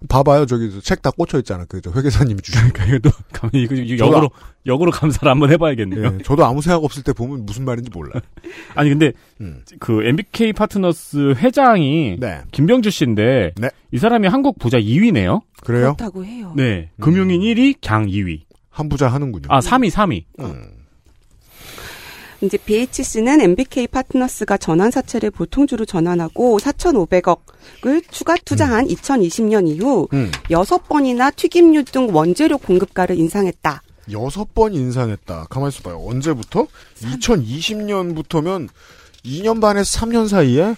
[SPEAKER 4] 봐봐요 저기 책 다 꽂혀 있잖아. 그저 회계사님이 주시니까 그러니까 이것도.
[SPEAKER 2] 가만히 이거 이거
[SPEAKER 4] 저도
[SPEAKER 2] 역으로 역으로 감사를 한번 해봐야겠네요.
[SPEAKER 4] 예, 저도 아무 생각 없을 때 보면 무슨 말인지 몰라.
[SPEAKER 2] 아니 근데
[SPEAKER 4] 음.
[SPEAKER 2] 그 MBK 파트너스 회장이
[SPEAKER 4] 네.
[SPEAKER 2] 김병주 씨인데
[SPEAKER 4] 네.
[SPEAKER 2] 이 사람이 한국 부자 2위네요.
[SPEAKER 4] 그래요?
[SPEAKER 3] 그렇다고 해요.
[SPEAKER 2] 네.
[SPEAKER 4] 음.
[SPEAKER 2] 금융인 1위, 장 2위.
[SPEAKER 4] 한 부자 하는군요.
[SPEAKER 2] 아 3위, 3위.
[SPEAKER 4] 음.
[SPEAKER 3] 이제 BHC는 MBK 파트너스가 전환 사채를 보통주로 전환하고 4,500억을 추가 투자한 2020년 이후
[SPEAKER 4] 음.
[SPEAKER 3] 여섯 번이나 튀김류 등 원재료 공급가를 인상했다.
[SPEAKER 4] 여섯 번 인상했다. 가만히 있어봐요. 언제부터? 2020년부터면 2년 반에서 3년 사이에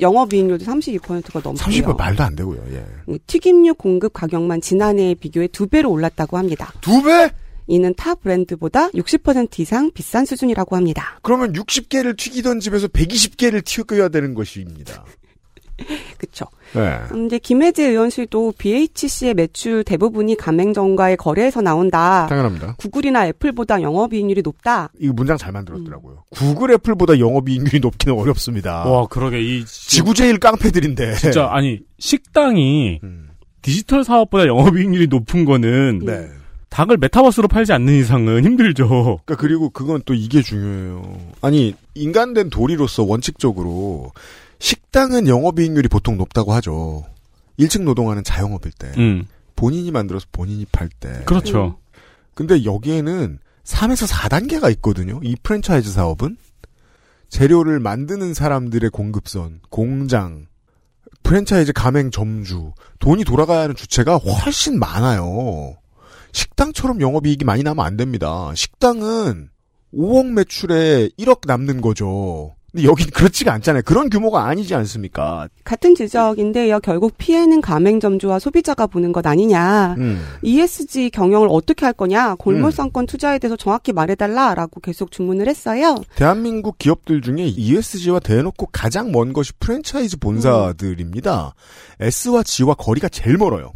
[SPEAKER 3] 영업이익률도 32%가 넘고요. 네,
[SPEAKER 4] 30배 말도 안 되고요. 예.
[SPEAKER 3] 튀김류 공급 가격만 지난해에 비교해 두 배로 올랐다고 합니다.
[SPEAKER 4] 두 배?
[SPEAKER 3] 이는 타 브랜드보다 60% 이상 비싼 수준이라고 합니다.
[SPEAKER 4] 그러면 60개를 튀기던 집에서 120개를 튀겨야 되는 것입니다.
[SPEAKER 3] 그렇죠.
[SPEAKER 4] 네.
[SPEAKER 3] 근데 김혜재 의원실도 BHC의 매출 대부분이 가맹점과의 거래에서 나온다.
[SPEAKER 4] 당연합니다.
[SPEAKER 3] 구글이나 애플보다 영업이익률이 높다.
[SPEAKER 4] 이 문장 잘 만들었더라고요. 음. 구글 애플보다 영업이익률이 높기는 어렵습니다.
[SPEAKER 2] 와 그러게 이 지-
[SPEAKER 4] 아. 지구 제일 깡패들인데.
[SPEAKER 2] 진짜 아니 식당이
[SPEAKER 4] 음,
[SPEAKER 2] 디지털 사업보다 영업이익률이 높은 거는
[SPEAKER 4] 네.
[SPEAKER 2] 닭을 메타버스로 팔지 않는 이상은 힘들죠.
[SPEAKER 4] 그러니까 그리고 그건 또 이게 중요해요. 아니 인간된 도리로서 원칙적으로 식당은 영업이익률이 보통 높다고 하죠. 일찍 노동하는 자영업일 때
[SPEAKER 2] 음
[SPEAKER 4] 본인이 만들어서 본인이 팔 때.
[SPEAKER 2] 그렇죠.
[SPEAKER 4] 근데 여기에는 3에서 4단계가 있거든요. 이 프랜차이즈 사업은 재료를 만드는 사람들의 공급선, 공장, 프랜차이즈 가맹 점주, 돈이 돌아가야 하는 주체가 훨씬 많아요. 식당처럼 영업이익이 많이 나면 안 됩니다. 식당은 5억 매출에 1억 남는 거죠. 근데 여긴 그렇지가 않잖아요. 그런 규모가 아니지 않습니까?
[SPEAKER 3] 같은 지적인데요. 결국 피해는 가맹점주와 소비자가 보는 것 아니냐.
[SPEAKER 4] 음.
[SPEAKER 3] ESG 경영을 어떻게 할 거냐.
[SPEAKER 4] 음.
[SPEAKER 3] 골몰상권 투자에 대해서 정확히 말해달라라고 계속 주문을 했어요.
[SPEAKER 4] 대한민국 기업들 중에 ESG와 대놓고 가장 먼 것이 프랜차이즈 본사들입니다. S와 G와 거리가 제일 멀어요.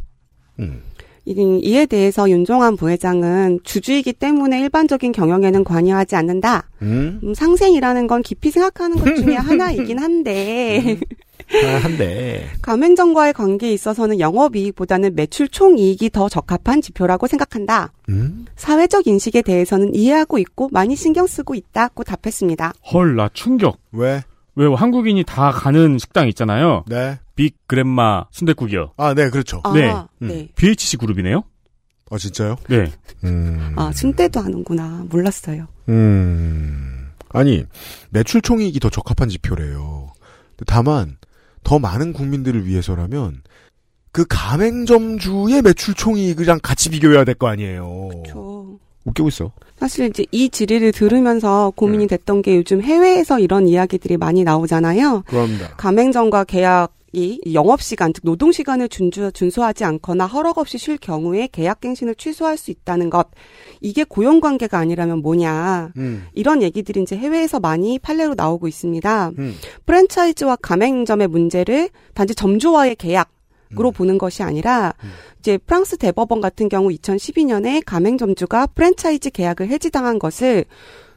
[SPEAKER 4] 음.
[SPEAKER 3] 이- 이에 대해서 윤종환 부회장은 주주이기 때문에 일반적인 경영에는 관여하지 않는다.
[SPEAKER 4] 음.
[SPEAKER 3] 음, 상생이라는 건 깊이 생각하는 것 중에 하나이긴 한데
[SPEAKER 4] 음. 아, 한데.
[SPEAKER 3] 가맹점과의 관계에 있어서는 영업이익보다는 매출 총이익이 더 적합한 지표라고 생각한다.
[SPEAKER 4] 음?
[SPEAKER 3] 사회적 인식에 대해서는 이해하고 있고 많이 신경 쓰고 있다고 답했습니다.
[SPEAKER 4] 음.
[SPEAKER 2] 헐 나 충격.
[SPEAKER 4] 왜?
[SPEAKER 2] 왜 한국인이 다 가는 식당 있잖아요.
[SPEAKER 4] 네.
[SPEAKER 2] 빅 그랜마 순댓국이요.
[SPEAKER 4] 아, 네, 그렇죠. 아,
[SPEAKER 3] 아,
[SPEAKER 2] 네.
[SPEAKER 4] 음.
[SPEAKER 3] 네.
[SPEAKER 2] BHC 그룹이네요.
[SPEAKER 4] 진짜요?
[SPEAKER 2] 네.
[SPEAKER 4] 음.
[SPEAKER 3] 아, 순대도 하는구나. 몰랐어요.
[SPEAKER 4] 음. 아니, 매출 총이익이 더 적합한 지표래요. 근데 다만, 더 많은 국민들을 위해서라면, 그 가맹점주의 매출 총이익이랑 같이 비교해야 될 거 아니에요.
[SPEAKER 3] 저
[SPEAKER 4] 웃기고 있어.
[SPEAKER 3] 사실 이제 이 질의를 들으면서 고민이 됐던 게 요즘 해외에서 이런 이야기들이 많이 나오잖아요.
[SPEAKER 4] 그럽니다.
[SPEAKER 3] 가맹점과 계약이 영업시간, 즉 노동시간을 준주, 준수하지 않거나 허락 없이 쉴 경우에 계약갱신을 취소할 수 있다는 것. 이게 고용관계가 아니라면 뭐냐.
[SPEAKER 4] 음.
[SPEAKER 3] 이런 얘기들이 이제 해외에서 많이 판례로 나오고 있습니다.
[SPEAKER 4] 음.
[SPEAKER 3] 프랜차이즈와 가맹점의 문제를 단지 점주와의 계약, 으로 보는 것이 아니라 이제 프랑스 대법원 같은 경우 2012년에 가맹점주가 프랜차이즈 계약을 해지당한 것을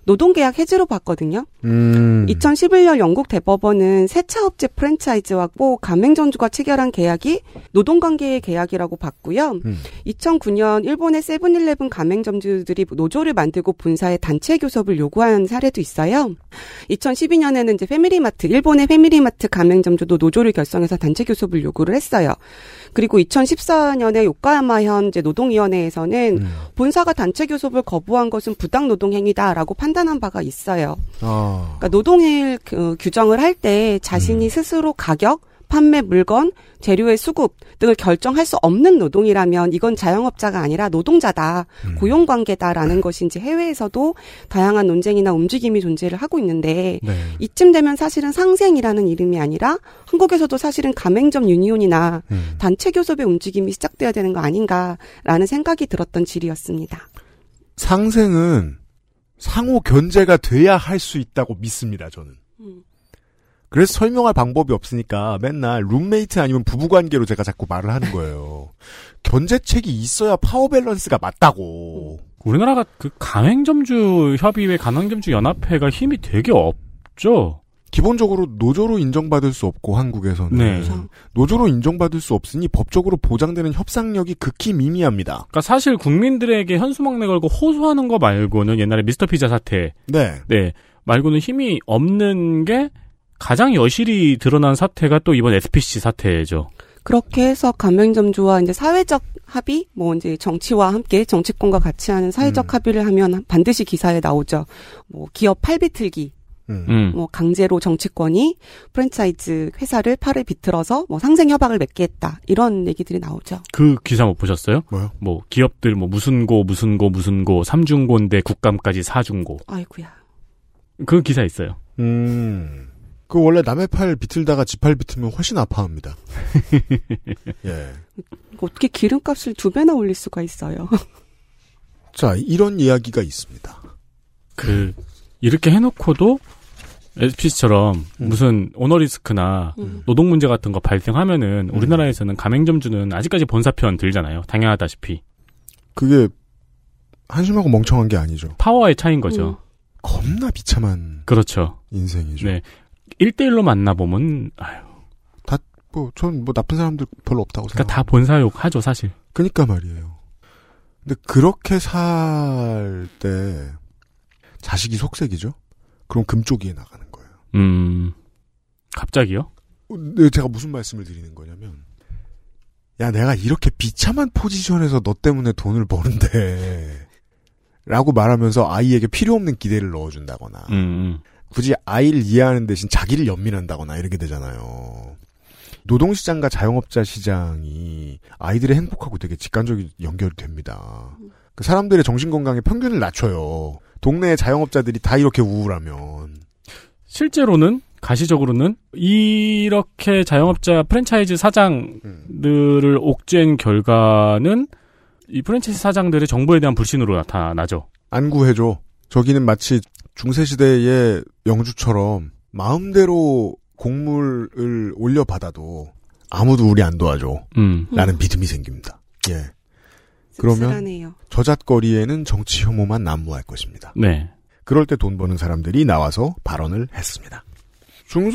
[SPEAKER 3] 노동계약 해지로 봤거든요.
[SPEAKER 4] 음.
[SPEAKER 3] 2011년 영국 대법원은 세차업체 프랜차이즈하고 가맹점주가 체결한 계약이 노동관계의 계약이라고 봤고요.
[SPEAKER 4] 음.
[SPEAKER 3] 2009년 일본의 세븐일레븐 가맹점주들이 노조를 만들고 본사에 단체 교섭을 요구한 사례도 있어요. 2012년에는 이제 패밀리마트, 일본의 패밀리마트 가맹점주도 노조를 결성해서 단체 교섭을 요구를 했어요. 그리고 2014년에 요카야마현 이제
[SPEAKER 4] 음.
[SPEAKER 3] 노동위원회에서는 본사가 단체 교섭을 거부한 것은 부당 노동 행위다라고 판단한 바가 있어요.
[SPEAKER 4] 아.
[SPEAKER 3] 그러니까 노동일 그 규정을 할 때 자신이 스스로 가격, 판매 물건, 재료의 수급 등을 결정할 수 없는 노동이라면 이건 자영업자가 아니라 노동자다,
[SPEAKER 4] 음.
[SPEAKER 3] 고용관계다라는 것인지 해외에서도 다양한 논쟁이나 움직임이 존재를 하고 있는데
[SPEAKER 4] 네.
[SPEAKER 3] 이쯤 되면 사실은 상생이라는 이름이 아니라 한국에서도 사실은 가맹점 유니온이나
[SPEAKER 4] 음.
[SPEAKER 3] 단체 교섭의 움직임이 시작돼야 되는 거 아닌가라는 생각이 들었던 질이었습니다.
[SPEAKER 4] 상생은 상호 견제가 돼야 할 수 있다고 믿습니다, 저는.
[SPEAKER 3] 음.
[SPEAKER 4] 그래서 설명할 방법이 없으니까 맨날 룸메이트 아니면 부부관계로 제가 자꾸 말을 하는 거예요. 견제책이 있어야 파워 밸런스가 맞다고.
[SPEAKER 3] 음.
[SPEAKER 2] 우리나라가 그 가맹점주 협의회, 가맹점주 연합회가 힘이 되게 없죠.
[SPEAKER 4] 기본적으로 노조로 인정받을 수 없고 한국에서는
[SPEAKER 2] 네.
[SPEAKER 3] 그렇죠.
[SPEAKER 4] 노조로 인정받을 수 없으니 법적으로 보장되는 협상력이 극히 미미합니다.
[SPEAKER 2] 그러니까 사실 국민들에게 현수막내 걸고 호소하는 거 말고는 옛날에 미스터 피자 사태
[SPEAKER 4] 네.
[SPEAKER 2] 네 말고는 힘이 없는 게 가장 여실히 드러난 사태가 또 이번 SPC 사태죠.
[SPEAKER 3] 그렇게 해서 감맹점주와 이제 사회적 합의, 뭐 이제 정치와 함께 정치권과 같이 하는 사회적
[SPEAKER 4] 음.
[SPEAKER 3] 합의를 하면 반드시 기사에 나오죠. 뭐 기업 팔비 틀기,
[SPEAKER 4] 음.
[SPEAKER 2] 음.
[SPEAKER 3] 뭐 강제로 정치권이 프랜차이즈 회사를 팔을 비틀어서 뭐 상생 협약을 맺게 했다 이런 얘기들이 나오죠.
[SPEAKER 2] 그 기사 못 보셨어요?
[SPEAKER 4] 뭐요?
[SPEAKER 2] 뭐 기업들 뭐 무슨 고 무슨 고 무슨 고 삼중고인데 국감까지 사중고
[SPEAKER 3] 아이구야.
[SPEAKER 2] 그 기사 있어요.
[SPEAKER 4] 음. 그 원래 남의 팔 비틀다가 지 팔 비틀면 훨씬 아파합니다. 예.
[SPEAKER 3] 이거 어떻게 기름값을 두 배나 올릴 수가 있어요?
[SPEAKER 4] 자, 이런 이야기가 있습니다.
[SPEAKER 2] 그 이렇게 해놓고도 SPC처럼
[SPEAKER 4] 음.
[SPEAKER 2] 무슨 오너리스크나
[SPEAKER 3] 음.
[SPEAKER 2] 노동 문제 같은 거 발생하면은 우리나라에서는 가맹점주는 아직까지 본사편 들잖아요. 당연하다시피
[SPEAKER 4] 그게 한심하고 멍청한 게 아니죠.
[SPEAKER 2] 파워의 차인 거죠.
[SPEAKER 3] 음.
[SPEAKER 4] 겁나 비참한
[SPEAKER 2] 그렇죠.
[SPEAKER 4] 인생이죠.
[SPEAKER 2] 네. 1대1로 만나보면, 아유,
[SPEAKER 4] 뭐, 전 뭐 나쁜 사람들 별로 없다고
[SPEAKER 2] 그니까
[SPEAKER 4] 생각합니다.
[SPEAKER 2] 그러니까 다 본사욕 하죠, 사실.
[SPEAKER 4] 그니까 말이에요. 근데 그렇게 살 때 자식이 속색이죠. 그럼 금쪽이에 나가는 거예요.
[SPEAKER 2] 음, 갑자기요?
[SPEAKER 4] 근데 제가 무슨 말씀을 드리는 거냐면 야 내가 이렇게 비참한 포지션에서 너 때문에 돈을 버는데 라고 말하면서 아이에게 필요 없는 기대를 넣어준다거나
[SPEAKER 2] 음,
[SPEAKER 4] 굳이 아이를 이해하는 대신 자기를 연민한다거나 이렇게 되잖아요. 노동시장과 자영업자 시장이 아이들의 행복하고 되게 직간적인 연결됩니다. 이 사람들의 정신건강의 평균을 낮춰요. 동네의 자영업자들이 다 이렇게 우울하면.
[SPEAKER 2] 실제로는, 가시적으로는, 이렇게 자영업자 프랜차이즈
[SPEAKER 4] 음.
[SPEAKER 2] 사장들을 옥죄인 결과는 이 프랜차이즈 사장들의 정부에 대한 불신으로 나타나죠.
[SPEAKER 4] 안 구해줘. 저기는 마치 중세시대의 영주처럼 마음대로 곡물을 올려받아도 아무도 우리 안 도와줘.
[SPEAKER 2] 음,
[SPEAKER 4] 라는 믿음이 생깁니다. 예. 그러면-
[SPEAKER 3] 씁쓸하네요.
[SPEAKER 4] 저잣거리에는 정치 혐오만 난무할 것입니다.
[SPEAKER 2] 네.
[SPEAKER 4] 그럴 때 돈 버는 사람들이 나와서 발언을 했습니다.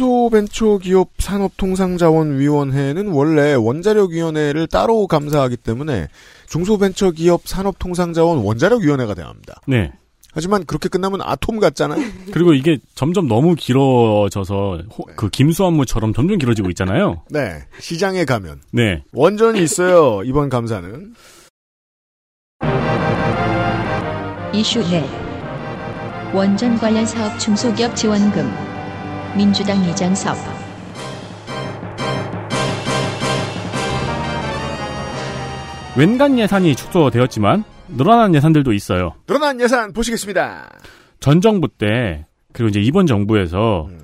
[SPEAKER 4] 중소벤처기업 산업통상자원위원회는 원래 원자력위원회를 따로 감사하기 때문에 중소벤처기업 산업통상자원 원자력위원회가 돼야 합니다.
[SPEAKER 2] 네.
[SPEAKER 4] 하지만 그렇게 끝나면 아톰 같잖아요.
[SPEAKER 2] 그리고 이게 점점 너무 길어져서, 호- 그 김수환무처럼 점점 길어지고 있잖아요.
[SPEAKER 4] 네. 시장에 가면
[SPEAKER 2] 네.
[SPEAKER 4] 원전이 있어요. 이번 감사는
[SPEAKER 1] 이슈 넷 원전 관련 사업 중소기업 지원금 민주당 이장섭
[SPEAKER 2] 웬간 예산이 축소되었지만, 늘어난 예산들도 있어요.
[SPEAKER 4] 늘어난 예산 보시겠습니다.
[SPEAKER 2] 전 정부 때 그리고 이제 이번 정부에서
[SPEAKER 4] 음.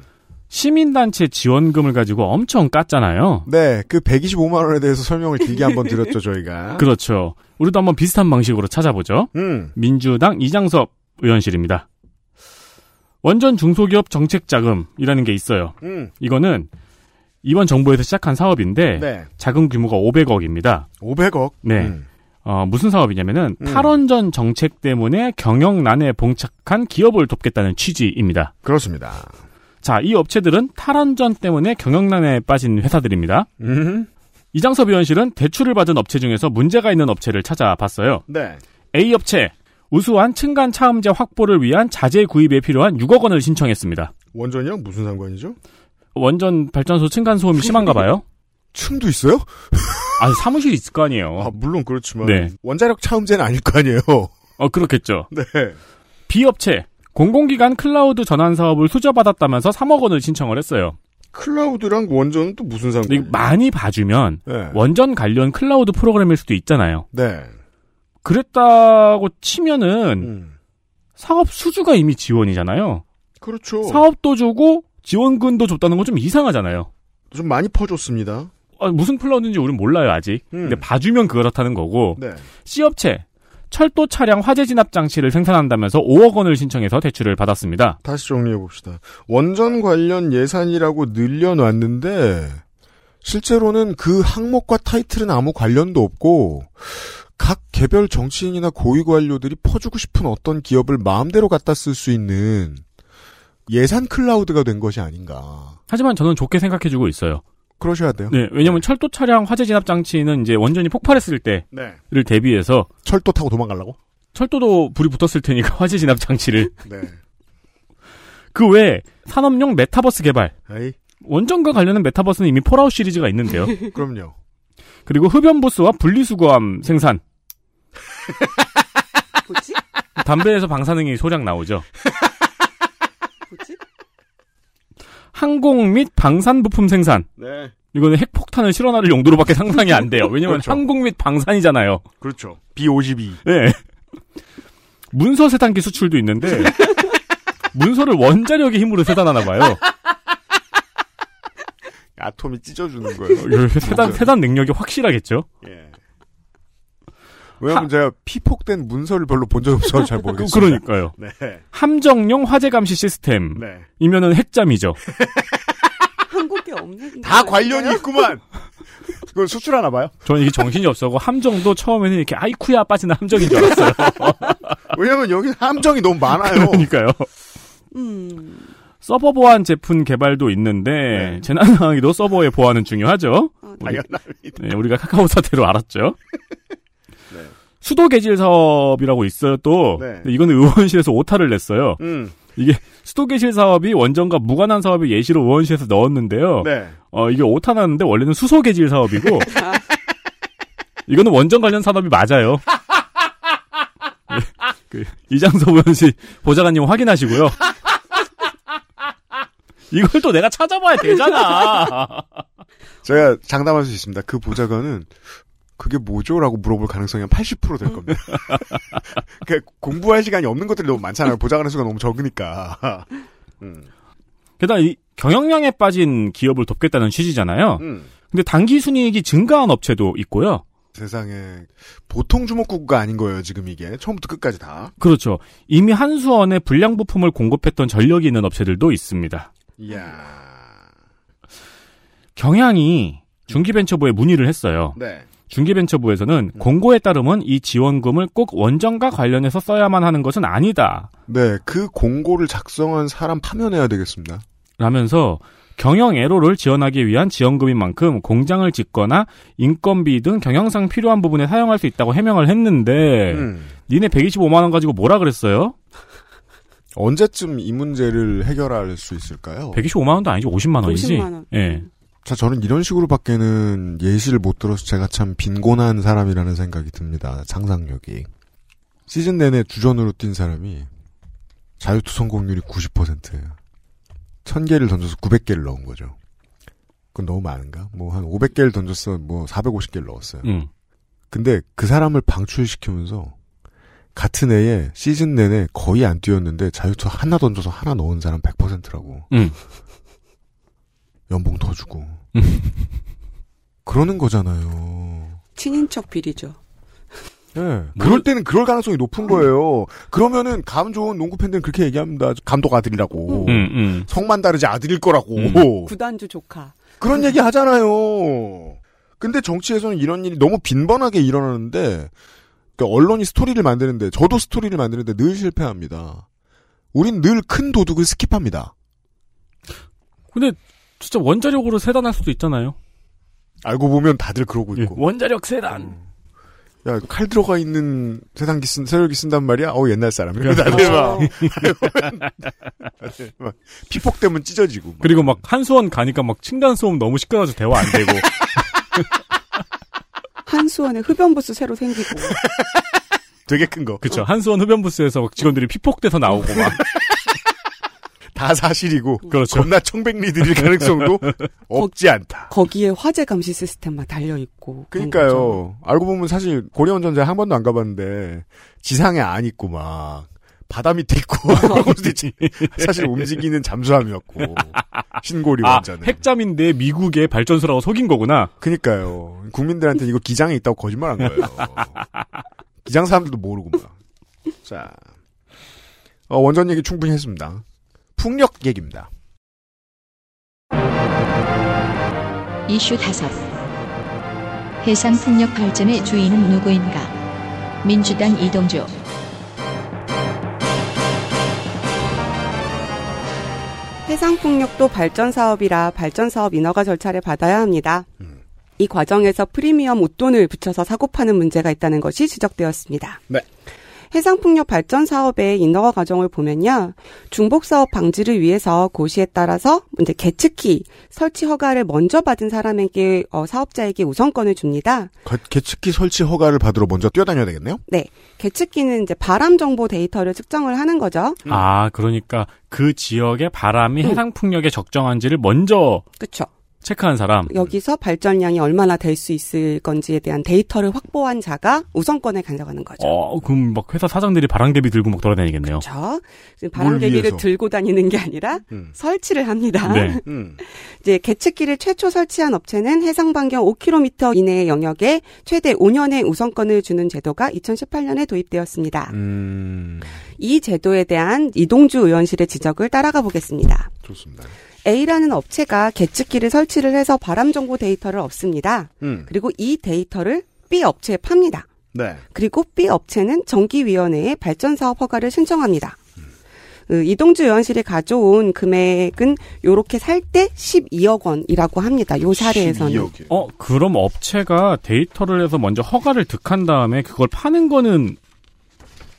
[SPEAKER 2] 시민단체 지원금을 가지고 엄청 깠잖아요.
[SPEAKER 4] 네. 그 125만 원에 대해서 설명을 길게 한번 드렸죠, 저희가.
[SPEAKER 2] 그렇죠. 우리도 한번 비슷한 방식으로 찾아보죠.
[SPEAKER 4] 음.
[SPEAKER 2] 민주당 이장섭 의원실입니다. 원전 중소기업 정책 자금이라는 게 있어요.
[SPEAKER 4] 음.
[SPEAKER 2] 이거는 이번 정부에서 시작한 사업인데
[SPEAKER 4] 네.
[SPEAKER 2] 자금 규모가 500억입니다.
[SPEAKER 4] 500억.
[SPEAKER 2] 네.
[SPEAKER 4] 음.
[SPEAKER 2] 무슨 사업이냐면은
[SPEAKER 4] 음.
[SPEAKER 2] 탈원전 정책 때문에 경영난에 봉착한 기업을 돕겠다는 취지입니다.
[SPEAKER 4] 그렇습니다.
[SPEAKER 2] 자, 이 업체들은 탈원전 때문에 경영난에 빠진 회사들입니다.
[SPEAKER 4] 음.
[SPEAKER 2] 이장섭 의원실은 대출을 받은 업체 중에서 문제가 있는 업체를 찾아봤어요.
[SPEAKER 4] 네.
[SPEAKER 2] A 업체 우수한 층간 차음제 확보를 위한 자재 구입에 필요한 6억 원을 신청했습니다.
[SPEAKER 4] 원전이랑 무슨 상관이죠?
[SPEAKER 2] 원전 발전소 층간 소음이 심한가 봐요.
[SPEAKER 4] 층도 있어요?
[SPEAKER 2] 아, 사무실 있을 거
[SPEAKER 4] 아,
[SPEAKER 2] 아니에요.
[SPEAKER 4] 물론 그렇지만
[SPEAKER 2] 네.
[SPEAKER 4] 원자력 차음제는 아닐 거 아니에요.
[SPEAKER 2] 어, 그렇겠죠.
[SPEAKER 4] 네.
[SPEAKER 2] B 업체 공공기관 클라우드 전환 사업을 수저받았다면서 3억 원을 신청을 했어요.
[SPEAKER 4] 클라우드랑 원전은 또 무슨
[SPEAKER 2] 근데 이거
[SPEAKER 4] 상관이에요?
[SPEAKER 2] 많이 봐주면
[SPEAKER 4] 네.
[SPEAKER 2] 원전 관련 클라우드 프로그램일 수도 있잖아요.
[SPEAKER 4] 네.
[SPEAKER 2] 그랬다고 치면은
[SPEAKER 4] 음.
[SPEAKER 2] 사업 수주가 이미 지원이잖아요.
[SPEAKER 4] 그렇죠.
[SPEAKER 2] 사업도 주고 지원금도 줬다는 건 좀 이상하잖아요.
[SPEAKER 4] 좀 많이 퍼줬습니다.
[SPEAKER 2] 아, 무슨 플러인지 우린 몰라요 아직.
[SPEAKER 4] 음.
[SPEAKER 2] 근데 봐주면 그렇다는 거고
[SPEAKER 4] 네.
[SPEAKER 2] C 업체 철도 차량 화재 진압 장치를 생산한다면서 5억 원을 신청해서 대출을 받았습니다.
[SPEAKER 4] 다시 정리해 봅시다. 원전 관련 예산이라고 늘려놨는데 실제로는 그 항목과 타이틀은 아무 관련도 없고 각 개별 정치인이나 고위 관료들이 퍼주고 싶은 어떤 기업을 마음대로 갖다 쓸 수 있는 예산 클라우드가 된 것이 아닌가.
[SPEAKER 2] 하지만 저는 좋게 생각해주고 있어요.
[SPEAKER 4] 그러셔야 돼요.
[SPEAKER 2] 네, 왜냐면 철도 차량 화재 진압 장치는 이제 원전이 폭발했을 때를
[SPEAKER 4] 네.
[SPEAKER 2] 대비해서
[SPEAKER 4] 철도 타고 도망가려고?
[SPEAKER 2] 철도도 불이 붙었을 테니까 화재 진압 장치를
[SPEAKER 4] 네.
[SPEAKER 2] 그 외에 산업용 메타버스 개발
[SPEAKER 4] 에이,
[SPEAKER 2] 원전과 관련된 메타버스는 이미 폴아웃 시리즈가 있는데요.
[SPEAKER 4] 그럼요.
[SPEAKER 2] 그리고 흡연부스와 분리수거함 생산
[SPEAKER 3] 뭐지?
[SPEAKER 2] 담배에서 방사능이 소량 나오죠.
[SPEAKER 3] 뭐지?
[SPEAKER 2] 항공 및 방산 부품 생산
[SPEAKER 4] 네.
[SPEAKER 2] 이거는 핵폭탄을 실어나를 용도로밖에 상상이 안 돼요. 왜냐면
[SPEAKER 4] 그렇죠.
[SPEAKER 2] 항공 및 방산이잖아요.
[SPEAKER 4] 그렇죠. B52.
[SPEAKER 2] 예. 문서 세단기 수출도 있는데 문서를 원자력의 힘으로 세단하나 봐요.
[SPEAKER 4] 아톰이 찢어주는 거예요.
[SPEAKER 2] 요그 세단 세단 능력이 확실하겠죠.
[SPEAKER 4] 예. 왜냐면 제가 피폭된 문서를 별로 본 적이 없어서 잘
[SPEAKER 2] 그-
[SPEAKER 4] 모르겠어요.
[SPEAKER 2] 그러니까요.
[SPEAKER 4] 네.
[SPEAKER 2] 함정용 화재 감시 시스템
[SPEAKER 4] 네.
[SPEAKER 2] 이면은 핵잠이죠.
[SPEAKER 3] 한국에 없는
[SPEAKER 4] 다
[SPEAKER 3] 거예요?
[SPEAKER 4] 관련이 있구만! 그건 수출하나 봐요.
[SPEAKER 2] 저는 이게 정신이 없어고 함정도 처음에는 이렇게 아이쿠야 빠지는 함정인 줄 알았어요.
[SPEAKER 4] 왜냐면 여기 함정이 너무 많아요.
[SPEAKER 2] 그러니까요.
[SPEAKER 3] 음.
[SPEAKER 2] 서버 보안 제품 개발도 있는데
[SPEAKER 4] 네.
[SPEAKER 2] 재난 상황에도 서버의 보안은 중요하죠.
[SPEAKER 3] 아,
[SPEAKER 2] 우리, 네, 우리가 카카오 사태로 알았죠.
[SPEAKER 4] 네.
[SPEAKER 2] 수도 개질 사업이라고 있어요 또
[SPEAKER 4] 네.
[SPEAKER 2] 근데 이거는 의원실에서 오타를 냈어요.
[SPEAKER 4] 음.
[SPEAKER 2] 수도 개질 사업이 원전과 무관한 사업을 예시로 의원실에서 넣었는데요.
[SPEAKER 4] 네.
[SPEAKER 2] 어, 이게 오타 났는데 원래는 수소 개질 사업이고 이거는 원전 관련 산업이 맞아요. 네, 그 이장섭 의원실 보좌관님 확인하시고요. 이걸 또 내가 찾아봐야 되잖아.
[SPEAKER 4] 제가 장담할 수 있습니다. 그 보좌관은 그게 뭐죠? 라고 물어볼 가능성이 한 80%될 겁니다. 그러니까 공부할 시간이 없는 것들이 너무 많잖아요. 보좌관의 수가 너무 적으니까. 음.
[SPEAKER 2] 게다가 이 경영량에 빠진 기업을 돕겠다는 취지잖아요.
[SPEAKER 4] 음.
[SPEAKER 2] 근데 단기 순이익이 증가한 업체도 있고요.
[SPEAKER 4] 세상에 보통 주먹구구가 아닌 거예요. 지금 이게 처음부터 끝까지 다.
[SPEAKER 2] 그렇죠. 이미 한수원에 불량 부품을 공급했던 전력이 있는 업체들도 있습니다.
[SPEAKER 4] 이야.
[SPEAKER 2] 경향이 중기벤처부에 문의를 했어요.
[SPEAKER 4] 네.
[SPEAKER 2] 중기벤처부에서는 공고에 따르면 이 지원금을 꼭 원전과 관련해서 써야만 하는 것은 아니다.
[SPEAKER 4] 네, 그 공고를 작성한 사람 파면해야 되겠습니다.
[SPEAKER 2] 라면서 경영 애로를 지원하기 위한 지원금인 만큼 공장을 짓거나 인건비 등 경영상 필요한 부분에 사용할 수 있다고 해명을 했는데
[SPEAKER 4] 음.
[SPEAKER 2] 니네 125만원 가지고 뭐라 그랬어요?
[SPEAKER 4] 언제쯤 이 문제를 해결할 수 있을까요?
[SPEAKER 2] 125만원도 아니지 50만원이지
[SPEAKER 3] 50만 원.
[SPEAKER 2] 예.
[SPEAKER 4] 자, 저는 이런 식으로 밖에는 예시를 못 들어서 제가 참 빈곤한 사람이라는 생각이 듭니다. 상상력이. 시즌 내내 주전으로 뛴 사람이 자유투 성공률이 90%예요. 1000개를 던져서 900개를 넣은 거죠. 그건 너무 많은가? 뭐 한 500개를 던졌어. 뭐 450개를 넣었어요.
[SPEAKER 2] 음.
[SPEAKER 4] 근데 그 사람을 방출시키면서 같은 해에 시즌 내내 거의 안 뛰었는데 자유투 하나 던져서 하나 넣은 사람 100%라고.
[SPEAKER 2] 음.
[SPEAKER 4] 연봉 더 주고.
[SPEAKER 2] 음.
[SPEAKER 4] 그러는 거잖아요.
[SPEAKER 3] 친인척 비리죠.
[SPEAKER 4] 예. 그럴 때는 그럴 가능성이 높은 거예요. 그러면은 감 좋은 농구 팬들은 그렇게 얘기합니다. 감독 아들이라고.
[SPEAKER 2] 음, 음.
[SPEAKER 4] 성만 다르지 아들일 거라고.
[SPEAKER 2] 음.
[SPEAKER 3] 구단주 조카.
[SPEAKER 4] 그런 얘기 하잖아요. 근데 정치에서는 이런 일이 너무 빈번하게 일어나는데, 그러니까 언론이 스토리를 만드는데, 저도 스토리를 만드는데 늘 실패합니다. 우린 늘 큰 도둑을 스킵합니다.
[SPEAKER 2] 근데 진짜 원자력으로 세단할 수도 있잖아요.
[SPEAKER 4] 알고 보면 다들 그러고
[SPEAKER 2] 예,
[SPEAKER 4] 뭐 있고.
[SPEAKER 2] 원자력 세단.
[SPEAKER 4] 야, 칼 들어가 있는 세상기 쓴, 세력이 쓴단 말이야? 어우, 옛날 사람이야.
[SPEAKER 2] 그렇죠.
[SPEAKER 4] 다들 막,
[SPEAKER 2] 예.
[SPEAKER 4] 다들 막 피폭되면 찢어지고. 막.
[SPEAKER 2] 그리고 막 한수원 가니까 막 층간소음 너무 시끄러워서 대화 안 되고.
[SPEAKER 3] 한수원에 흡연부스 새로 생기고.
[SPEAKER 4] 되게 큰 거.
[SPEAKER 2] 그쵸. 한수원 흡연부스에서 막 직원들이 피폭돼서 나오고 막.
[SPEAKER 4] 다 사실이고.
[SPEAKER 2] 그렇죠.
[SPEAKER 4] 겁나 청백리들일 가능성도 없지 않다.
[SPEAKER 3] 거기에 화재 감시 시스템 막 달려 있고. 그런 거죠.
[SPEAKER 4] 그러니까요. 알고 보면 사실 고려원 전제 한 번도 안 가봤는데 지상에 안 있고 막 바다 밑에 있고 사실 움직이는 잠수함이었고 신고리
[SPEAKER 2] 아,
[SPEAKER 4] 원자는.
[SPEAKER 2] 핵잠인데 미국의 발전소라고 속인 거구나.
[SPEAKER 4] 그니까요. 국민들한테 이거 기장에 있다고 거짓말한 거예요. 기장 사람들도 모르고 막. 자, 어, 원전 얘기 충분히 했습니다. 풍력 얘기입니다.
[SPEAKER 1] 이슈 다섯 해상풍력 발전의 주인은 누구인가? 민주당 이동주
[SPEAKER 3] 해상풍력도 발전 사업이라 발전 사업 인허가 절차를 받아야 합니다.
[SPEAKER 4] 음.
[SPEAKER 3] 이 과정에서 프리미엄 웃돈을 붙여서 사고 파는 문제가 있다는 것이 지적되었습니다.
[SPEAKER 4] 네.
[SPEAKER 3] 해상풍력 발전 사업의 인허가 과정을 보면요. 중복사업 방지를 위해서 고시에 따라서 이제 개측키 설치 허가를 먼저 받은 사람에게 어, 사업자에게 우선권을 줍니다.
[SPEAKER 4] 가- 개측기 설치 허가를 받으러 먼저 뛰어다녀야 되겠네요.
[SPEAKER 3] 개측기는 이제 바람 정보 데이터를 측정을 하는 거죠.
[SPEAKER 2] 아, 그러니까 그 지역의 바람이 해상 풍력에 적정한지를 먼저
[SPEAKER 3] 그렇죠.
[SPEAKER 2] 체크한 사람.
[SPEAKER 3] 여기서 발전량이 얼마나 될 수 있을 건지에 대한 데이터를 확보한 자가 우선권에 간섭하는 거죠.
[SPEAKER 2] 어, 그럼 막 회사 사장들이 바람개비 들고 막 돌아다니겠네요.
[SPEAKER 3] 그렇죠. 지금
[SPEAKER 4] 뭘 위해서?
[SPEAKER 3] 바람개비를 들고 다니는 게 아니라
[SPEAKER 4] 음.
[SPEAKER 3] 설치를 합니다.
[SPEAKER 2] 네.
[SPEAKER 4] 음.
[SPEAKER 3] 이제 개측기를 최초 설치한 업체는 해상 반경 5km 이내의 영역에 최대 5년의 우선권을 주는 제도가 2018년에 도입되었습니다.
[SPEAKER 4] 음.
[SPEAKER 3] 이 제도에 대한 이동주 의원실의 지적을 따라가 보겠습니다.
[SPEAKER 4] 좋습니다.
[SPEAKER 3] A라는 업체가 개측기를 설치를 해서 바람 정보 데이터를 얻습니다.
[SPEAKER 4] 음.
[SPEAKER 3] 그리고 이 데이터를 B 업체에 팝니다.
[SPEAKER 4] 네.
[SPEAKER 3] 그리고 B 업체는 정기위원회에 발전사업 허가를 신청합니다. 그 이동주 의원실이 가져온 금액은 요렇게 살 때 12억 원이라고 합니다. 요 사례에서는.
[SPEAKER 4] 12억 이에요.
[SPEAKER 2] 어, 그럼 업체가 데이터를 해서 먼저 허가를 득한 다음에 그걸 파는 거는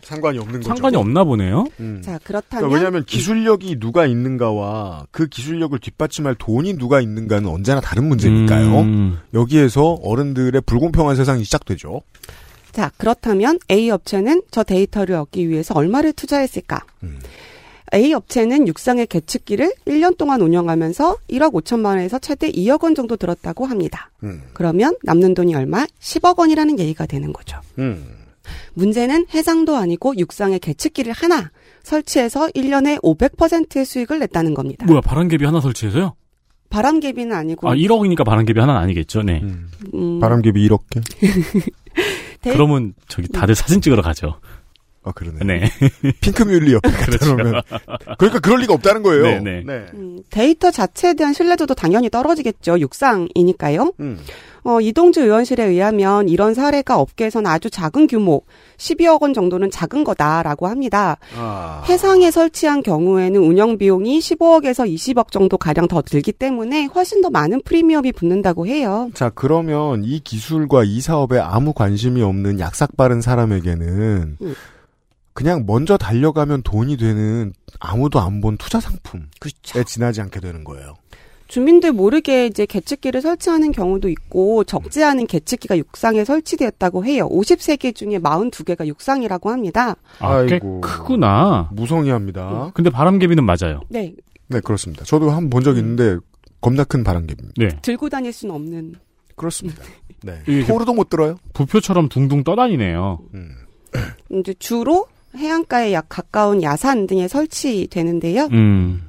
[SPEAKER 4] 상관이 없는 거죠.
[SPEAKER 2] 상관이 없나 보네요.
[SPEAKER 4] 음.
[SPEAKER 3] 자,
[SPEAKER 4] 그러니까
[SPEAKER 3] 그렇다면
[SPEAKER 4] 왜냐하면 기술력이 누가 있는가와 그 기술력을 뒷받침할 돈이 누가 있는가는 언제나 다른 문제니까요.
[SPEAKER 2] 음.
[SPEAKER 4] 여기에서 어른들의 불공평한 세상이 시작되죠.
[SPEAKER 3] 자, 그렇다면 A 업체는 저 데이터를 얻기 위해서 얼마를 투자했을까?
[SPEAKER 4] 음.
[SPEAKER 3] A 업체는 육상의 개측기를 1년 동안 운영하면서 1억 5천만 원에서 최대 2억 원 정도 들었다고 합니다.
[SPEAKER 4] 음.
[SPEAKER 3] 그러면 남는 돈이 얼마? 10억 원이라는 얘기가 되는 거죠.
[SPEAKER 4] 음.
[SPEAKER 3] 문제는 해상도 아니고 육상의 개측기를 하나 설치해서 1년에 500%의 수익을 냈다는 겁니다.
[SPEAKER 2] 뭐야, 바람개비 하나 설치해서요?
[SPEAKER 3] 바람개비는 아니고
[SPEAKER 2] 아, 1억이니까 바람개비 하나는 아니겠죠. 네.
[SPEAKER 4] 음.
[SPEAKER 3] 음,
[SPEAKER 4] 바람개비 이렇게.
[SPEAKER 3] 네.
[SPEAKER 2] 그러면 저기 다들 사진 찍으러 가죠.
[SPEAKER 4] 아 그러네.
[SPEAKER 2] 네. 그렇죠.
[SPEAKER 4] 핑크뮬리 옆에 갖다 놓으면. 그러니까 그럴 리가 없다는 거예요.
[SPEAKER 2] 네, 네.
[SPEAKER 3] 음, 데이터 자체에 대한 신뢰도도 당연히 떨어지겠죠. 육상이니까요.
[SPEAKER 4] 음.
[SPEAKER 3] 어, 이동주 의원실에 의하면 이런 사례가 업계에선 아주 작은 규모, 12억 원 정도는 작은 거다라고 합니다.
[SPEAKER 4] 아.
[SPEAKER 3] 해상에 설치한 경우에는 운영 비용이 15억에서 20억 정도 가량 더 들기 때문에 훨씬 더 많은 프리미엄이 붙는다고 해요.
[SPEAKER 4] 자, 그러면 이 기술과 이 사업에 아무 관심이 없는 약삭빠른 사람에게는
[SPEAKER 3] 음.
[SPEAKER 4] 그냥 먼저 달려가면 돈이 되는 아무도 안 본 투자 상품에
[SPEAKER 3] 그렇죠.
[SPEAKER 4] 지나지 않게 되는 거예요.
[SPEAKER 3] 주민들 모르게 이제 개측기를 설치하는 경우도 있고 적지 않은 개측기가 육상에 설치되었다고 해요. 53개 중에 42개가 육상이라고 합니다.
[SPEAKER 2] 아, 꽤
[SPEAKER 4] 아이고.
[SPEAKER 2] 크구나.
[SPEAKER 4] 무성의합니다.
[SPEAKER 2] 근데 바람개비는 맞아요.
[SPEAKER 3] 네.
[SPEAKER 4] 네, 그렇습니다. 저도 한 번 본 적 있는데 겁나 큰 바람개비입니다.
[SPEAKER 2] 네.
[SPEAKER 3] 들고 다닐 수는 없는.
[SPEAKER 4] 그렇습니다. 네.
[SPEAKER 2] 이게
[SPEAKER 4] 토르도 못 들어요.
[SPEAKER 2] 부표처럼 둥둥 떠다니네요.
[SPEAKER 4] 음.
[SPEAKER 3] 이제 주로 해안가에 약 가까운 야산 등에 설치되는데요.
[SPEAKER 2] 음.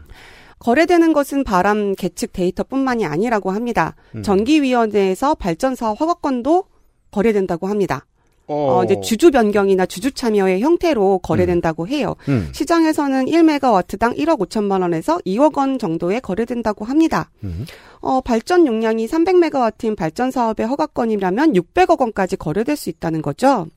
[SPEAKER 3] 거래되는 것은 바람 계측 데이터뿐만이 아니라고 합니다.
[SPEAKER 4] 음.
[SPEAKER 3] 전기위원회에서 발전사업 허가권도 거래된다고 합니다.
[SPEAKER 4] 어.
[SPEAKER 3] 어, 이제 주주 변경이나 주주 참여의 형태로 거래된다고 해요.
[SPEAKER 4] 음.
[SPEAKER 3] 시장에서는 1메가와트당 1억 5천만 원에서 2억 원 정도에 거래된다고 합니다.
[SPEAKER 4] 음.
[SPEAKER 3] 어, 발전 용량이 300메가와트인 발전 사업의 허가권이라면 600억 원까지 거래될 수 있다는 거죠.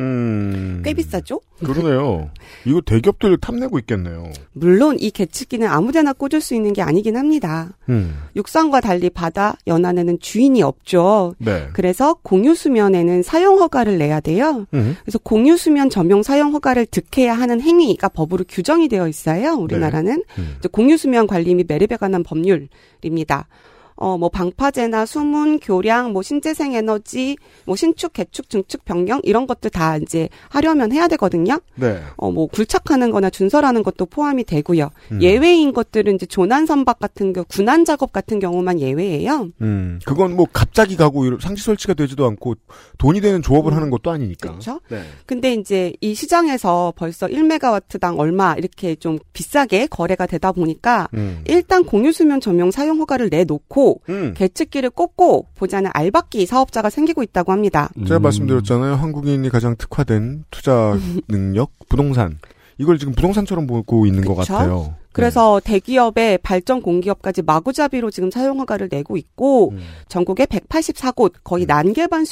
[SPEAKER 4] 음.
[SPEAKER 3] 꽤 비싸죠?
[SPEAKER 4] 그러네요. 이거 대기업들 탐내고 있겠네요.
[SPEAKER 3] 물론 이 계측기는 아무데나 꽂을 수 있는 게 아니긴 합니다.
[SPEAKER 4] 음.
[SPEAKER 3] 육상과 달리 바다 연안에는 주인이 없죠.
[SPEAKER 4] 네.
[SPEAKER 3] 그래서 공유 수면에는 사용 허가를 내야 돼요.
[SPEAKER 4] 음.
[SPEAKER 3] 그래서 공유 수면 점용 사용 허가를 득해야 하는 행위가 법으로 규정이 되어 있어요. 우리나라는
[SPEAKER 4] 음.
[SPEAKER 3] 이제 공유수면 관리 및 매립에 관한 법률입니다. 어, 뭐, 방파제나 수문, 교량, 뭐, 신재생 에너지, 뭐, 신축, 개축, 증축, 변경, 이런 것들 다 이제 하려면 해야 되거든요.
[SPEAKER 4] 네.
[SPEAKER 3] 어, 뭐, 굴착하는 거나 준설하는 것도 포함이 되고요.
[SPEAKER 4] 음.
[SPEAKER 3] 예외인 것들은 이제 조난 선박 같은 경 군안 작업 같은 경우만 예외예요.
[SPEAKER 4] 음, 그건 뭐 갑자기 가고 이런 상시 설치가 되지도 않고 돈이 되는 조업을
[SPEAKER 3] 음,
[SPEAKER 4] 하는 것도 아니니까.
[SPEAKER 3] 그렇죠?
[SPEAKER 4] 네.
[SPEAKER 3] 근데 이제 이 시장에서 벌써 1메가와트당 얼마 이렇게 좀 비싸게 거래가 되다 보니까
[SPEAKER 4] 음.
[SPEAKER 3] 일단 공유수면 전용 사용 허가를 내놓고
[SPEAKER 4] 음.
[SPEAKER 3] 개측기를 꽂고 보자는 알박기 사업자가 생기고 있다고
[SPEAKER 4] 음.
[SPEAKER 3] 합니다.
[SPEAKER 2] 음.
[SPEAKER 4] 제가 말씀드렸잖아요. 한국인이 가장 특화된 투자 능력, 부동산. 이걸 지금 부동산처럼 보고 있는 것
[SPEAKER 3] 그쵸?
[SPEAKER 4] 같아요.
[SPEAKER 3] 그래서 대기업의 발전 공기업까지 마구잡이로 지금 사용 허가를 내고 있고
[SPEAKER 4] 음.
[SPEAKER 3] 전국에 184곳 거의
[SPEAKER 4] 음.
[SPEAKER 3] 난개반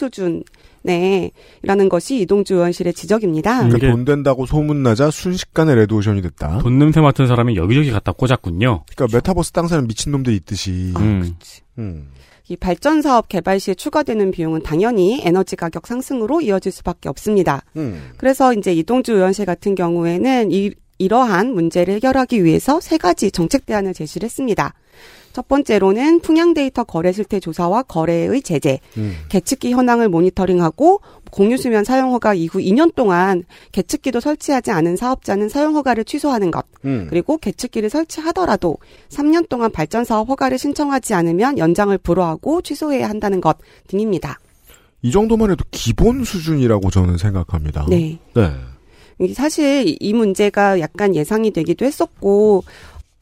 [SPEAKER 3] 수준에 이라는 것이 이동주 의원실의 지적입니다.
[SPEAKER 2] 음.
[SPEAKER 4] 그러니까
[SPEAKER 2] 이게-
[SPEAKER 4] 돈 된다고 소문나자 순식간에 레드오션이 됐다.
[SPEAKER 2] 돈 냄새 맡은 사람이 여기저기 갖다 꽂았군요.
[SPEAKER 4] 그러니까 메타버스 땅 사는 미친놈들 있듯이.
[SPEAKER 3] 아,
[SPEAKER 2] 음.
[SPEAKER 3] 그치.
[SPEAKER 4] 음.
[SPEAKER 3] 이 발전 사업 개발 시에 추가되는 비용은 당연히 에너지 가격 상승으로 이어질 수밖에 없습니다.
[SPEAKER 4] 음.
[SPEAKER 3] 그래서 이제 이동주 의원실 같은 경우에는 이, 이러한 문제를 해결하기 위해서 세 가지 정책 대안을 제시를 했습니다. 첫 번째로는 풍향 데이터 거래 실태 조사와 거래의 제재,
[SPEAKER 4] 음.
[SPEAKER 3] 계측기 현황을 모니터링하고 공유 수면 사용 허가 이후 2년 동안 계측기도 설치하지 않은 사업자는 사용 허가를 취소하는 것,
[SPEAKER 4] 음.
[SPEAKER 3] 그리고 계측기를 설치하더라도 3년 동안 발전 사업 허가를 신청하지 않으면 연장을 불허하고 취소해야 한다는 것 등입니다.
[SPEAKER 4] 이 정도만 해도 기본 수준이라고 저는 생각합니다.
[SPEAKER 3] 네.
[SPEAKER 4] 네.
[SPEAKER 3] 이 사실 이- 이 문제가 약간 예상이 되기도 했었고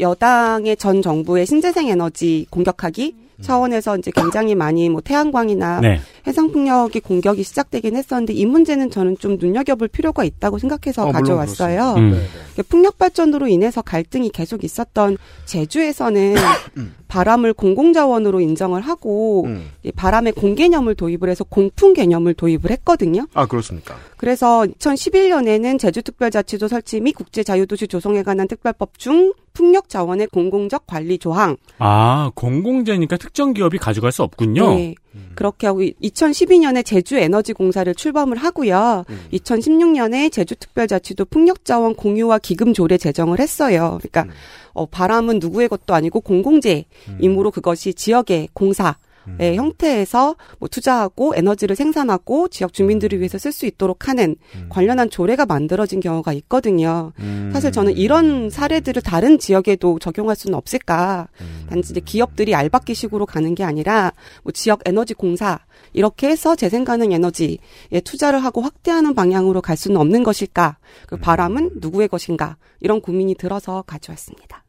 [SPEAKER 3] 여당의 전 정부의 신재생 에너지 공격하기 차원에서 이제 굉장히 많이 뭐 태양광이나
[SPEAKER 2] 네.
[SPEAKER 3] 해상풍력이 공격이 시작되긴 했었는데 이 문제는 저는 좀 눈여겨볼 필요가 있다고 생각해서
[SPEAKER 4] 어, 물론
[SPEAKER 3] 가져왔어요.
[SPEAKER 2] 음.
[SPEAKER 3] 그러니까 풍력 발전으로 인해서 갈등이 계속 있었던 제주에서는 바람을 공공자원으로 인정을 하고
[SPEAKER 4] 음.
[SPEAKER 3] 이 바람의 공개념을 도입을 해서 공풍 개념을 도입을 했거든요.
[SPEAKER 4] 아 그렇습니까?
[SPEAKER 3] 그래서 2011년에는 제주특별자치도 설치 및 국제자유도시 조성에 관한 특별법 중 풍력 자원의 공공적 관리 조항.
[SPEAKER 2] 아, 공공재니까 특정 기업이 가져갈 수 없군요.
[SPEAKER 3] 네. 그렇게 하고 2012년에 제주에너지공사를 출범을 하고요. 2016년에 제주특별자치도 풍력자원 공유와 기금 조례 제정을 했어요. 그러니까 어, 바람은 누구의 것도 아니고 공공재 임무로 그것이 지역의 공사의 형태에서 뭐 투자하고 에너지를 생산하고 지역 주민들을 위해서 쓸 수 있도록 하는 관련한 조례가 만들어진 경우가 있거든요. 사실 저는 이런 사례들을 다른 지역에도 적용할 수는 없을까. 단지 이제 기업들이 알바끼식으로 가는 게 아니라 뭐 지역 에너지 공사 이렇게 해서 재생 가능 에너지에 투자를 하고 확대하는 방향으로 갈 수는 없는 것일까.
[SPEAKER 4] 음.
[SPEAKER 3] 그 바람은 누구의 것인가. 이런 고민이 들어서 가져왔습니다.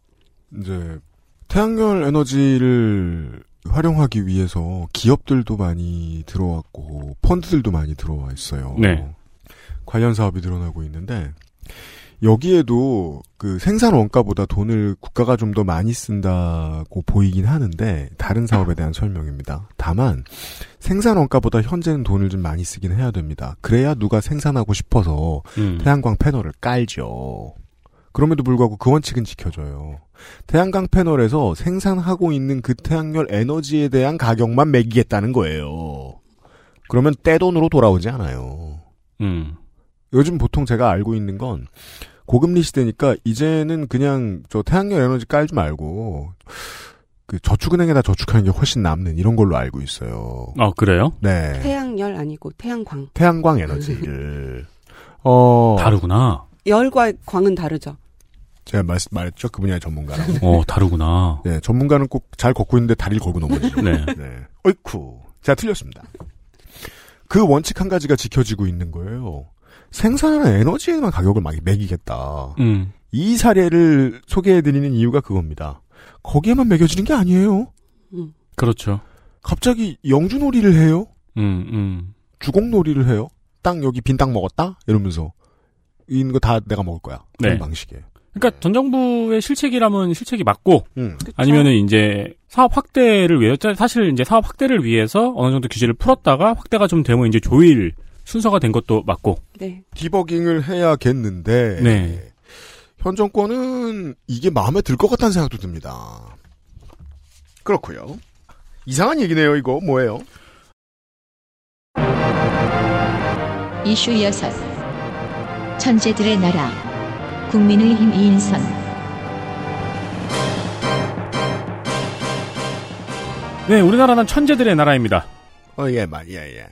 [SPEAKER 4] 이제 태양열 에너지를 활용하기 위해서 기업들도 많이 들어왔고 펀드들도 많이 들어와 있어요.
[SPEAKER 2] 네.
[SPEAKER 4] 관련 사업이 늘어나고 있는데 여기에도 그 생산 원가보다 돈을 국가가 좀 더 많이 쓴다고 보이긴 하는데 다른 사업에 대한 설명입니다. 다만 생산 원가보다 현재는 돈을 좀 많이 쓰긴 해야 됩니다. 그래야 누가 생산하고 싶어서
[SPEAKER 2] 음.
[SPEAKER 4] 태양광 패널을 깔죠. 그럼에도 불구하고 그 원칙은 지켜져요. 태양광 패널에서 생산하고 있는 그 태양열 에너지에 대한 가격만 매기겠다는 거예요. 그러면 떼돈으로 돌아오지 않아요.
[SPEAKER 2] 음.
[SPEAKER 4] 요즘 보통 제가 알고 있는 건 고금리 시대니까 이제는 그냥 저 태양열 에너지 깔지 말고 그 저축은행에다 저축하는 게 훨씬 남는 이런 걸로 알고 있어요.
[SPEAKER 2] 아, 그래요?
[SPEAKER 4] 네.
[SPEAKER 3] 태양열 아니고 태양광.
[SPEAKER 4] 태양광 에너지를 어
[SPEAKER 2] 다르구나.
[SPEAKER 3] 열과 광은 다르죠.
[SPEAKER 4] 제가 말, 말했죠 그 분야의 전문가라고.
[SPEAKER 2] 어, 다르구나.
[SPEAKER 4] 네, 전문가는 꼭 잘 걷고 있는데 다리를 걸고 넘어지죠.
[SPEAKER 2] 네.
[SPEAKER 4] 네. 어이쿠. 제가 틀렸습니다. 그 원칙 한 가지가 지켜지고 있는 거예요. 생산하는 에너지에만 가격을 막 매기겠다.
[SPEAKER 2] 음.
[SPEAKER 4] 이 사례를 소개해드리는 이유가 그겁니다. 거기에만 매겨지는 게 아니에요.
[SPEAKER 3] 음.
[SPEAKER 2] 그렇죠.
[SPEAKER 4] 갑자기 영주놀이를 해요.
[SPEAKER 2] 음, 음.
[SPEAKER 4] 주공놀이를 해요. 땅 여기 빈 땅 먹었다? 이러면서. 이거 다 내가 먹을 거야. 그런
[SPEAKER 2] 네.
[SPEAKER 4] 방식에.
[SPEAKER 2] 그러니까 전 정부의 실책이라면 실책이 맞고
[SPEAKER 4] 음.
[SPEAKER 2] 아니면은 이제 사업 확대를 위해 사실 이제 사업 확대를 위해서 어느 정도 규제를 풀었다가 확대가 좀 되면 이제 조일 순서가 된 것도 맞고
[SPEAKER 3] 네.
[SPEAKER 4] 디버깅을 해야겠는데
[SPEAKER 2] 네.
[SPEAKER 4] 현 정권은 이게 마음에 들 것 같다는 생각도 듭니다. 그렇고요. 이상한 얘기네요. 이거 뭐예요?
[SPEAKER 1] 이슈 여섯 천재들의 나라 국민의힘 이인선
[SPEAKER 2] 네 우리나라는 천재들의 나라입니다.
[SPEAKER 4] 어, 예, 말, 예, 예.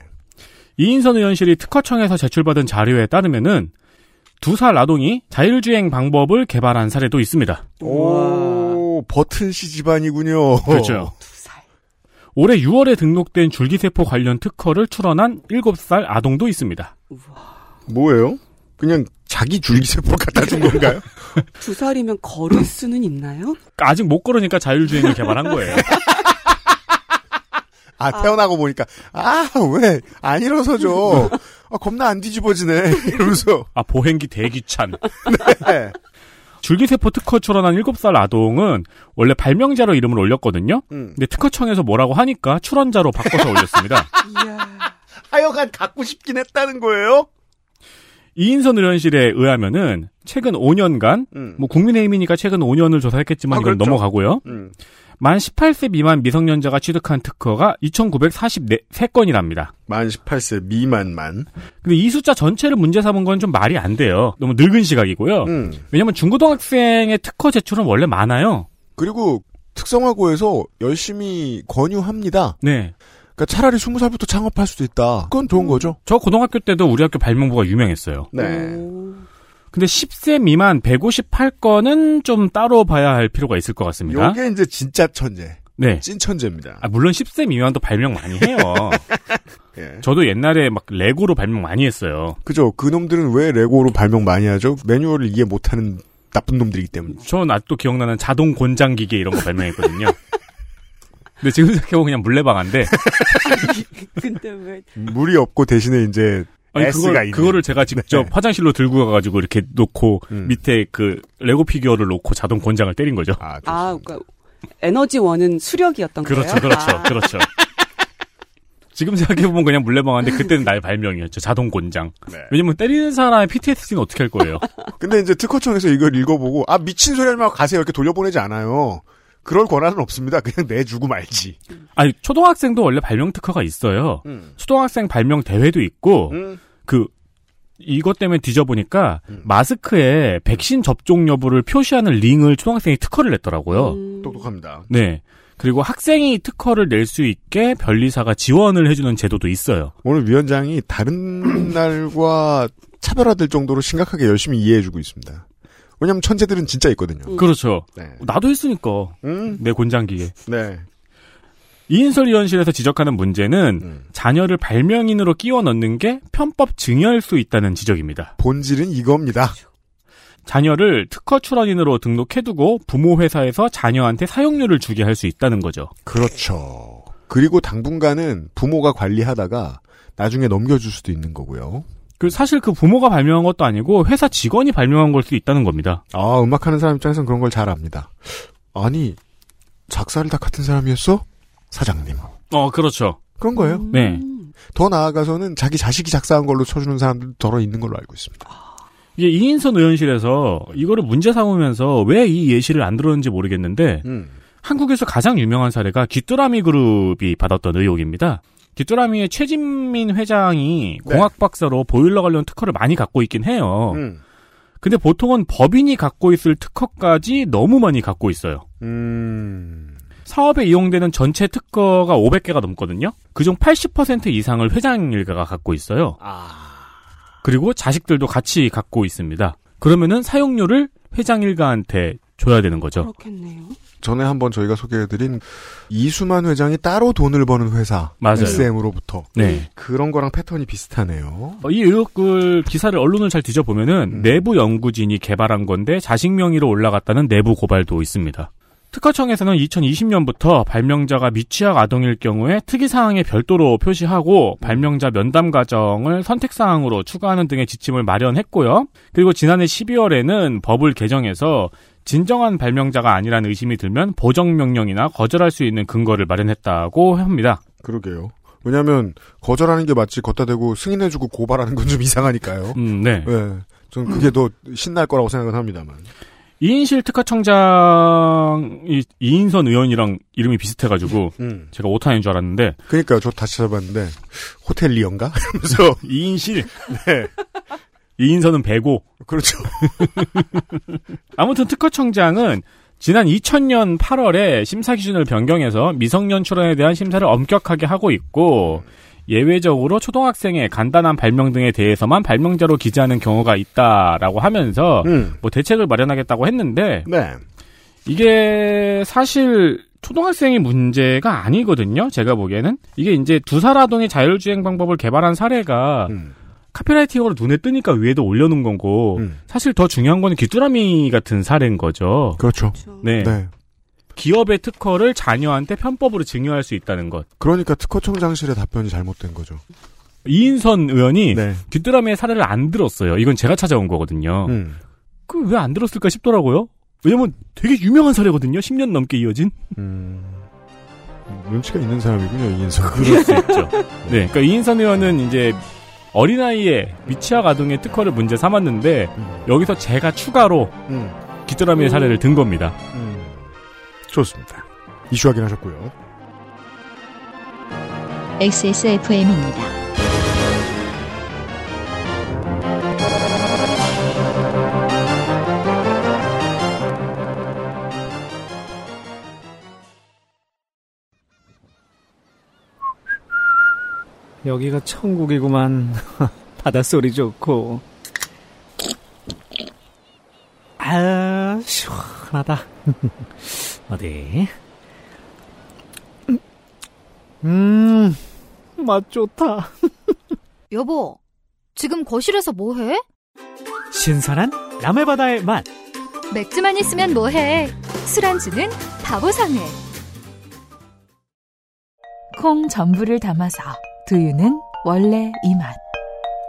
[SPEAKER 2] 이인선 의원실이 특허청에서 제출받은 자료에 따르면은 두 살 아동이 자율주행 방법을 개발한 사례도 있습니다.
[SPEAKER 4] 오, 버튼 씨 집안이군요. 어,
[SPEAKER 2] 그렇죠.
[SPEAKER 3] 두 살.
[SPEAKER 2] 올해 6월에 등록된 줄기세포 관련 특허를 출원한 7살 아동도 있습니다.
[SPEAKER 4] 뭐예요? 그냥 자기 줄기세포 갖다 준 건가요?
[SPEAKER 3] 두 살이면 걸을 수는 있나요?
[SPEAKER 2] 아직 못 걸으니까 자율주행을 개발한 거예요.
[SPEAKER 4] 아,
[SPEAKER 3] 아.
[SPEAKER 4] 태어나고 보니까, 아, 왜, 안 일어서죠. 아, 겁나 안 뒤집어지네. 이러면서.
[SPEAKER 2] 아, 보행기 대기찬.
[SPEAKER 4] 네.
[SPEAKER 2] 줄기세포 특허 출원한 7살 아동은 원래 발명자로 이름을 올렸거든요.
[SPEAKER 4] 음.
[SPEAKER 2] 근데 특허청에서 뭐라고 하니까 출원자로 바꿔서 올렸습니다.
[SPEAKER 4] 하여간 갖고 싶긴 했다는 거예요?
[SPEAKER 2] 이인선 의원실에 의하면은 최근 5년간
[SPEAKER 4] 음.
[SPEAKER 2] 뭐 국민의힘이니까 최근 5년을 조사했겠지만
[SPEAKER 4] 아,
[SPEAKER 2] 이건
[SPEAKER 4] 그렇죠.
[SPEAKER 2] 넘어가고요.
[SPEAKER 4] 음.
[SPEAKER 2] 만 18세 미만 미성년자가 취득한 특허가 2,943건이랍니다.
[SPEAKER 4] 만 18세 미만만.
[SPEAKER 2] 근데 이 숫자 전체를 문제 삼은 건 좀 말이 안 돼요. 너무 늙은 시각이고요.
[SPEAKER 4] 음.
[SPEAKER 2] 왜냐면 중고등학생의 특허 제출은 원래 많아요.
[SPEAKER 4] 그리고 특성화고에서 열심히 권유합니다.
[SPEAKER 2] 네.
[SPEAKER 4] 그러니까 차라리 20살부터 창업할 수도 있다. 그건 좋은 거죠.
[SPEAKER 2] 저 고등학교 때도 우리 학교 발명부가 유명했어요.
[SPEAKER 4] 음. 네.
[SPEAKER 2] 근데 10세 미만 158건은 좀 따로 봐야 할 필요가 있을 것 같습니다.
[SPEAKER 4] 요게 이제 진짜 천재.
[SPEAKER 2] 네.
[SPEAKER 4] 찐 천재입니다.
[SPEAKER 2] 아, 물론 10세 미만도 발명 많이 해요.
[SPEAKER 4] 예.
[SPEAKER 2] 저도 옛날에 막 레고로 발명 많이 했어요.
[SPEAKER 4] 그죠. 그 놈들은 왜 레고로 발명 많이 하죠? 매뉴얼을 이해 못하는 나쁜 놈들이기 때문에.
[SPEAKER 2] 전 아직도 기억나는 자동 곤장 기계 이런 거 발명했거든요. 근데 지금 생각해보면 그냥 물레방아인데
[SPEAKER 3] 근데 왜
[SPEAKER 4] 물이 없고 대신에 이제
[SPEAKER 2] 아니,
[SPEAKER 4] S가
[SPEAKER 2] 그걸,
[SPEAKER 4] 있는.
[SPEAKER 2] 그거를 제가 직접
[SPEAKER 4] 네.
[SPEAKER 2] 화장실로 들고 가가지고 이렇게 놓고
[SPEAKER 4] 음.
[SPEAKER 2] 밑에 그 레고 피규어를 놓고 자동 권장을 때린 거죠.
[SPEAKER 4] 아, 좋습니다.
[SPEAKER 3] 아, 그러니까 에너지원은 수력이었던
[SPEAKER 2] 그렇죠,
[SPEAKER 3] 거예요.
[SPEAKER 2] 그렇죠,
[SPEAKER 3] 아.
[SPEAKER 2] 그렇죠. 지금 생각해보면 그냥 물레방아인데 그때는 나의 발명이었죠. 자동 권장.
[SPEAKER 4] 네.
[SPEAKER 2] 왜냐면 때리는 사람의 PTSD는 어떻게 할 거예요?
[SPEAKER 4] 근데 이제 특허청에서 이걸 읽어보고 아 미친 소리 하지 말고 가세요 이렇게 돌려보내지 않아요. 그럴 권한은 없습니다. 그냥 내주고 말지.
[SPEAKER 2] 아니 초등학생도 원래 발명 특허가 있어요.
[SPEAKER 4] 음.
[SPEAKER 2] 초등학생 발명 대회도 있고
[SPEAKER 4] 음.
[SPEAKER 2] 그 이것 때문에 뒤져보니까
[SPEAKER 4] 음.
[SPEAKER 2] 마스크에 백신 접종 여부를 표시하는 링을 초등학생이 특허를 냈더라고요.
[SPEAKER 3] 음.
[SPEAKER 4] 똑똑합니다.
[SPEAKER 2] 네. 그리고 학생이 특허를 낼 수 있게 변리사가 지원을 해주는 제도도 있어요.
[SPEAKER 4] 오늘 위원장이 다른 날과 차별화될 정도로 심각하게 열심히 이해해주고 있습니다. 왜냐면 하 천재들은 진짜 있거든요.
[SPEAKER 3] 음.
[SPEAKER 2] 그렇죠.
[SPEAKER 4] 네.
[SPEAKER 2] 나도 했으니까
[SPEAKER 4] 음.
[SPEAKER 2] 내 곤장기에
[SPEAKER 4] 네.
[SPEAKER 2] 이인설 위원실에서 지적하는 문제는
[SPEAKER 4] 음.
[SPEAKER 2] 자녀를 발명인으로 끼워 넣는 게 편법 증여일 수 있다는 지적입니다.
[SPEAKER 4] 본질은 이겁니다.
[SPEAKER 2] 자녀를 특허 출원인으로 등록해두고 부모 회사에서 자녀한테 사용료를 주게 할 수 있다는 거죠.
[SPEAKER 4] 그렇죠. 그리고 당분간은 부모가 관리하다가 나중에 넘겨줄 수도 있는 거고요.
[SPEAKER 2] 그 사실 그 부모가 발명한 것도 아니고 회사 직원이 발명한 걸 수도 있다는 겁니다.
[SPEAKER 4] 아, 음악하는 사람 입장에선 그런 걸 잘 압니다. 아니, 작사를 다 같은 사람이었어? 사장님.
[SPEAKER 2] 어, 그렇죠.
[SPEAKER 4] 그런 거예요.
[SPEAKER 3] 음,
[SPEAKER 2] 네.
[SPEAKER 4] 더 나아가서는 자기 자식이 작사한 걸로 쳐주는 사람들도 덜어 있는 걸로 알고 있습니다.
[SPEAKER 2] 이게 이인선 의원실에서 이거를 문제 삼으면서 왜 이 예시를 안 들었는지 모르겠는데 한국에서 가장 유명한 사례가 귀뚜라미 그룹이 받았던 의혹입니다. 귀뚜라미의 최진민 회장이
[SPEAKER 4] 네.
[SPEAKER 2] 공학 박사로 보일러 관련 특허를 많이 갖고 있긴 해요.
[SPEAKER 4] 음.
[SPEAKER 2] 근데 보통은 법인이 갖고 있을 특허까지 너무 많이 갖고 있어요.
[SPEAKER 4] 음.
[SPEAKER 2] 사업에 이용되는 전체 특허가 500개가 넘거든요. 그중 80% 이상을 회장 일가가 갖고 있어요. 그리고 자식들도 같이 갖고 있습니다. 그러면은 사용료를 회장 일가한테 줘야 되는 거죠.
[SPEAKER 3] 그렇겠네요.
[SPEAKER 4] 전에 한번 저희가 소개해드린 이수만 회장이 따로 돈을 버는 회사.
[SPEAKER 2] 맞아요.
[SPEAKER 4] SM으로부터.
[SPEAKER 2] 네.
[SPEAKER 4] 그런 거랑 패턴이 비슷하네요.
[SPEAKER 2] 어, 이 의혹을 기사를 언론을 잘 뒤져보면은
[SPEAKER 4] 음.
[SPEAKER 2] 내부 연구진이 개발한 건데 자식 명의로 올라갔다는 내부 고발도 있습니다. 특허청에서는 2020년부터 발명자가 미취학 아동일 경우에 특이사항에 별도로 표시하고 발명자 면담 과정을 선택사항으로 추가하는 등의 지침을 마련했고요. 그리고 지난해 12월에는 법을 개정해서 진정한 발명자가 아니라는 의심이 들면 보정명령이나 거절할 수 있는 근거를 마련했다고 합니다.
[SPEAKER 4] 그러게요. 왜냐면, 하 거절하는 게 맞지, 걷다 대고 승인해주고 고발하는 건 좀 이상하니까요.
[SPEAKER 2] 음, 네.
[SPEAKER 4] 예. 전 그게 더 신날 거라고 생각은 합니다만.
[SPEAKER 2] 이인실 특화청장이 이인선 의원이랑 이름이 비슷해가지고
[SPEAKER 4] 음.
[SPEAKER 2] 제가 오타인 줄 알았는데
[SPEAKER 4] 그니까요, 저 다시 찾아봤는데, 호텔 리언가? 하면서.
[SPEAKER 2] 이인실 네 이인선은 배고
[SPEAKER 4] 그렇죠.
[SPEAKER 2] 아무튼 특허청장은 지난 2000년 8월에 심사 기준을 변경해서 미성년 출원에 대한 심사를 엄격하게 하고 있고 예외적으로 초등학생의 간단한 발명 등에 대해서만 발명자로 기재하는 경우가 있다라고 하면서
[SPEAKER 4] 음.
[SPEAKER 2] 뭐 대책을 마련하겠다고 했는데
[SPEAKER 4] 네.
[SPEAKER 2] 이게 사실 초등학생의 문제가 아니거든요. 제가 보기에는 이게 이제 두살 아동이 자율주행 방법을 개발한 사례가
[SPEAKER 4] 음.
[SPEAKER 2] 카피라이팅으로 눈에 뜨니까 위에다 올려놓은 거고
[SPEAKER 4] 음.
[SPEAKER 2] 사실 더 중요한 건 귀뚜라미 같은 사례인 거죠.
[SPEAKER 4] 그렇죠.
[SPEAKER 3] 그렇죠.
[SPEAKER 2] 네.
[SPEAKER 4] 네.
[SPEAKER 2] 기업의 특허를 자녀한테 편법으로 증여할 수 있다는 것.
[SPEAKER 4] 그러니까 특허청장실의 답변이 잘못된 거죠.
[SPEAKER 2] 이인선 의원이
[SPEAKER 4] 네.
[SPEAKER 2] 귀뚜라미의 사례를 안 들었어요. 이건 제가 찾아온 거거든요.
[SPEAKER 4] 음.
[SPEAKER 2] 그 왜 안 들었을까 싶더라고요. 왜냐면 되게 유명한 사례거든요. 10년 넘게 이어진.
[SPEAKER 4] 음. 눈치가 있는 사람이군요, 이인성.
[SPEAKER 2] 그럴 수 있죠. 네, 그러니까 이인선 의원은 이제 어린아이의 미취학 아동의 특허를 문제 삼았는데
[SPEAKER 4] 음.
[SPEAKER 2] 여기서 제가 추가로
[SPEAKER 4] 음.
[SPEAKER 2] 귀뚜라미의
[SPEAKER 3] 음.
[SPEAKER 2] 사례를 든 겁니다.
[SPEAKER 4] 음. 좋습니다. 이슈 확인하셨고요.
[SPEAKER 1] XSFM입니다.
[SPEAKER 7] 여기가 천국이구만. 바닷소리 좋고. 아, 시원하다. 어디? 음, 맛 좋다.
[SPEAKER 8] 여보, 지금 거실에서 뭐해?
[SPEAKER 7] 신선한 남해바다의 맛.
[SPEAKER 8] 맥주만 있으면 뭐해? 술안주는 바보상회.
[SPEAKER 5] 콩 전부를 담아서 두유는 원래 이 맛.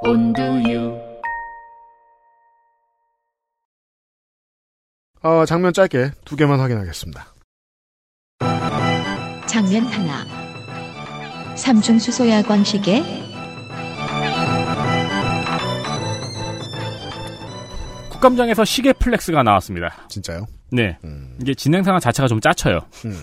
[SPEAKER 9] 온두유
[SPEAKER 4] 아, 장면 짧게 두 개만 확인하겠습니다.
[SPEAKER 1] 장면 하나. 삼중 수소야 광식의
[SPEAKER 2] 국감장에서 시계 플렉스가 나왔습니다.
[SPEAKER 4] 진짜요?
[SPEAKER 2] 네,
[SPEAKER 4] 음.
[SPEAKER 2] 이게 진행 상황 자체가 좀 짜쳐요.
[SPEAKER 4] 음.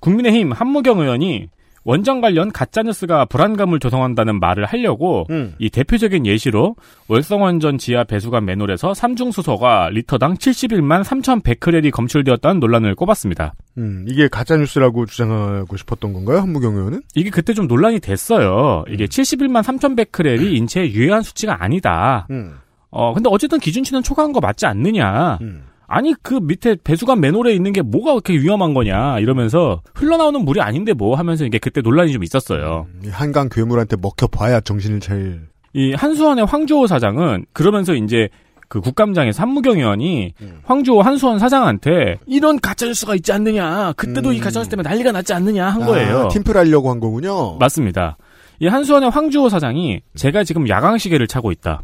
[SPEAKER 2] 국민의힘 한무경 의원이 원전 관련 가짜뉴스가 불안감을 조성한다는 말을 하려고
[SPEAKER 4] 음.
[SPEAKER 2] 이 대표적인 예시로 월성원전 지하 배수관 맨홀에서 삼중수소가 리터당 71만 3,100크렐이 검출되었다는 논란을 꼽았습니다.
[SPEAKER 4] 음, 이게 가짜뉴스라고 주장하고 싶었던 건가요? 한무경 의원은?
[SPEAKER 2] 이게 그때 좀 논란이 됐어요. 이게 71만 3,100크렐이 인체에 유해한 수치가 아니다.
[SPEAKER 4] 음.
[SPEAKER 2] 어, 근데 어쨌든 기준치는 초과한 거 맞지 않느냐.
[SPEAKER 4] 음.
[SPEAKER 2] 아니, 그 밑에 배수관 맨홀에 있는 게 뭐가 그렇게 위험한 거냐. 이러면서 흘러나오는 물이 아닌데 뭐 하면서 이게 그때 논란이 좀 있었어요.
[SPEAKER 4] 이 한강 괴물한테 먹혀봐야 정신을 차릴.
[SPEAKER 2] 이 한수원의 황조호 사장은 그러면서 이제 그 국감장에서 한무경 의원이 황조호 한수원 사장한테 음. 이런 가짜뉴스가 있지 않느냐 그때도
[SPEAKER 4] 음.
[SPEAKER 2] 이 가짜뉴스 때문에 난리가 났지 않느냐 한 거예요.
[SPEAKER 4] 아, 팀플 하려고 한 거군요.
[SPEAKER 2] 맞습니다. 이 한수원의 황주호 사장이 제가 지금 야광시계를 차고 있다.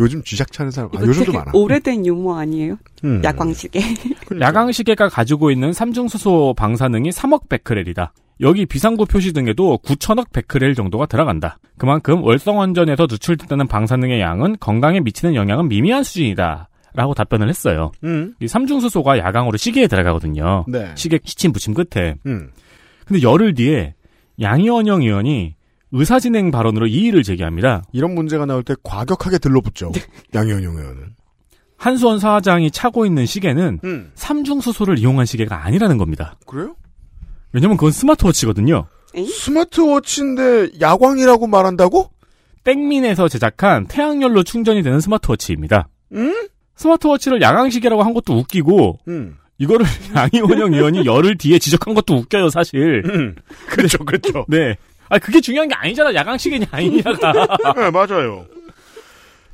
[SPEAKER 4] 요즘 쥐작 차는 사람, 아,
[SPEAKER 3] 이거
[SPEAKER 4] 요즘도
[SPEAKER 3] 되게
[SPEAKER 4] 많아.
[SPEAKER 3] 오래된 유머 아니에요?
[SPEAKER 4] 음.
[SPEAKER 3] 야광시계.
[SPEAKER 4] 그러니까.
[SPEAKER 2] 야광시계가 가지고 있는 삼중수소 방사능이 3억 베크렐이다. 여기 비상구 표시 등에도 9천억 베크렐 정도가 들어간다. 그만큼 월성원전에서 누출됐다는 방사능의 양은 건강에 미치는 영향은 미미한 수준이다. 라고 답변을 했어요.
[SPEAKER 4] 음.
[SPEAKER 2] 이 삼중수소가 야광으로 시계에 들어가거든요.
[SPEAKER 4] 네.
[SPEAKER 2] 시계 시침 붙임 끝에.
[SPEAKER 4] 음.
[SPEAKER 2] 근데 열흘 뒤에 양이원영 의원이 의사진행 발언으로 이의를 제기합니다.
[SPEAKER 4] 이런 문제가 나올 때 과격하게 들러붙죠.
[SPEAKER 3] 네.
[SPEAKER 4] 양현용 의원은.
[SPEAKER 2] 한수원 사장이 차고 있는 시계는
[SPEAKER 4] 음.
[SPEAKER 2] 삼중수소를 이용한 시계가 아니라는 겁니다.
[SPEAKER 4] 그래요?
[SPEAKER 2] 왜냐면 그건 스마트워치거든요.
[SPEAKER 4] 스마트워치인데 야광이라고 말한다고?
[SPEAKER 2] 땡민에서 제작한 태양열로 충전이 되는 스마트워치입니다.
[SPEAKER 4] 음?
[SPEAKER 2] 스마트워치를 양항시계라고 한 것도 웃기고
[SPEAKER 4] 음.
[SPEAKER 2] 이거를 양이원영 의원이 열흘 뒤에 지적한 것도 웃겨요 사실.
[SPEAKER 4] 음. 그렇죠. 그쵸, 그쵸.
[SPEAKER 2] 네. 아 그게 중요한 게 아니잖아 야광시계냐 아니냐가.
[SPEAKER 4] 네, 맞아요.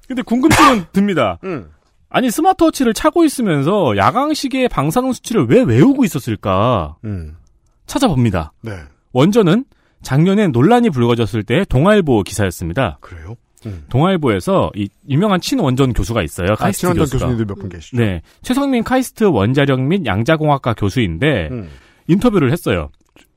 [SPEAKER 2] 근데 궁금증은 듭니다.
[SPEAKER 4] 음.
[SPEAKER 2] 아니 스마트워치를 차고 있으면서 야광시계의 방사능 수치를 왜 외우고 있었을까
[SPEAKER 4] 음.
[SPEAKER 2] 찾아봅니다.
[SPEAKER 4] 네.
[SPEAKER 2] 원전은 작년에 논란이 불거졌을 때 동아일보 기사였습니다.
[SPEAKER 4] 그래요? 음.
[SPEAKER 2] 동아일보에서 이 유명한 친원전 교수가 있어요.
[SPEAKER 4] 아,
[SPEAKER 2] 카이스트
[SPEAKER 4] 친환경
[SPEAKER 2] 교수가.
[SPEAKER 4] 교수님들 몇 분 계시죠?
[SPEAKER 2] 네, 최성민 카이스트 원자력 및 양자공학과 교수인데
[SPEAKER 4] 음.
[SPEAKER 2] 인터뷰를 했어요.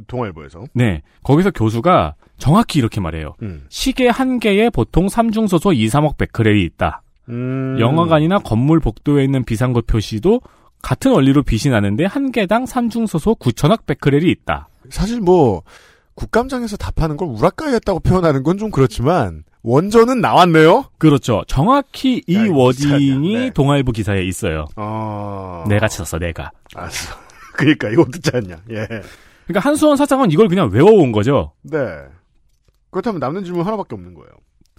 [SPEAKER 4] 동아일보에서.
[SPEAKER 2] 네, 거기서 교수가 정확히 이렇게 말해요.
[SPEAKER 4] 음.
[SPEAKER 2] 시계 한 개에 보통 삼중소소 2, 3억 베크렐이 있다.
[SPEAKER 4] 음.
[SPEAKER 2] 영화관이나 건물 복도에 있는 비상구 표시도 같은 원리로 빛이 나는데 한 개당 삼중소소 9천억 베크렐이 있다.
[SPEAKER 4] 사실 뭐 국감장에서 답하는 걸 우라카이 했다고 표현하는 건 좀 그렇지만 원전은 나왔네요.
[SPEAKER 2] 그렇죠. 정확히 이
[SPEAKER 4] 야, 이거
[SPEAKER 2] 워딩이
[SPEAKER 4] 기사냐. 네.
[SPEAKER 2] 동아일보 기사에 있어요.
[SPEAKER 4] 아.
[SPEAKER 2] 내가 찾았어, 내가.
[SPEAKER 4] 알았어. 그러니까 이거 어떻게 하냐. 예.
[SPEAKER 2] 그러니까 한수원 사장은 이걸 그냥 외워온 거죠.
[SPEAKER 4] 네. 그렇다면 남는 질문 하나밖에 없는 거예요.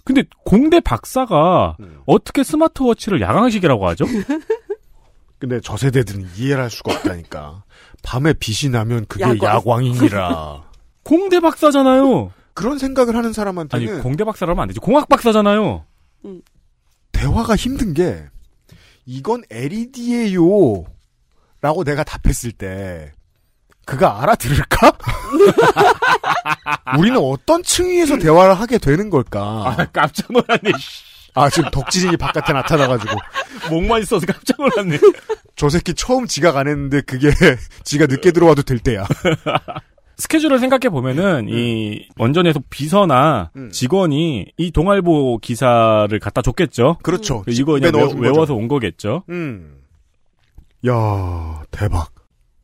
[SPEAKER 2] 근데 공대 박사가
[SPEAKER 4] 음.
[SPEAKER 2] 어떻게 스마트워치를 야광식이라고 하죠?
[SPEAKER 4] 근데 저 세대들은 이해를 할 수가 없다니까. 밤에 빛이 나면 그게
[SPEAKER 3] 야광.
[SPEAKER 4] 야광. 이 니라
[SPEAKER 2] 공대 박사잖아요.
[SPEAKER 4] 그런 생각을 하는
[SPEAKER 2] 아니
[SPEAKER 4] 사람한테는
[SPEAKER 2] 공대 박사로 하면 안 되지. 공학 박사잖아요.
[SPEAKER 4] 대화가 힘든 게 E 이건 LED예요. 라고 내가 답했을 때 그가 알아들을까? 우리는 어떤 층위에서 대화를 하게 되는 걸까?
[SPEAKER 2] 아, 깜짝 놀랐네. 씨.
[SPEAKER 4] 아, 지금 덕지진이 바깥에 나타나가지고.
[SPEAKER 2] 목만 있어서 깜짝 놀랐네.
[SPEAKER 4] 저 새끼 처음 지각 안 했는데 그게 지가 늦게 들어와도 될 때야.
[SPEAKER 2] 스케줄을 생각해 보면은 이 원전에서 비서나
[SPEAKER 4] 음.
[SPEAKER 2] 직원이 이 동아일보 기사를 갖다 줬겠죠.
[SPEAKER 4] 그렇죠.
[SPEAKER 2] 이거 그냥
[SPEAKER 4] 집에 넣어준
[SPEAKER 2] 외,
[SPEAKER 4] 거죠.
[SPEAKER 2] 워서온 어, 거겠죠.
[SPEAKER 4] 음. 야 대박.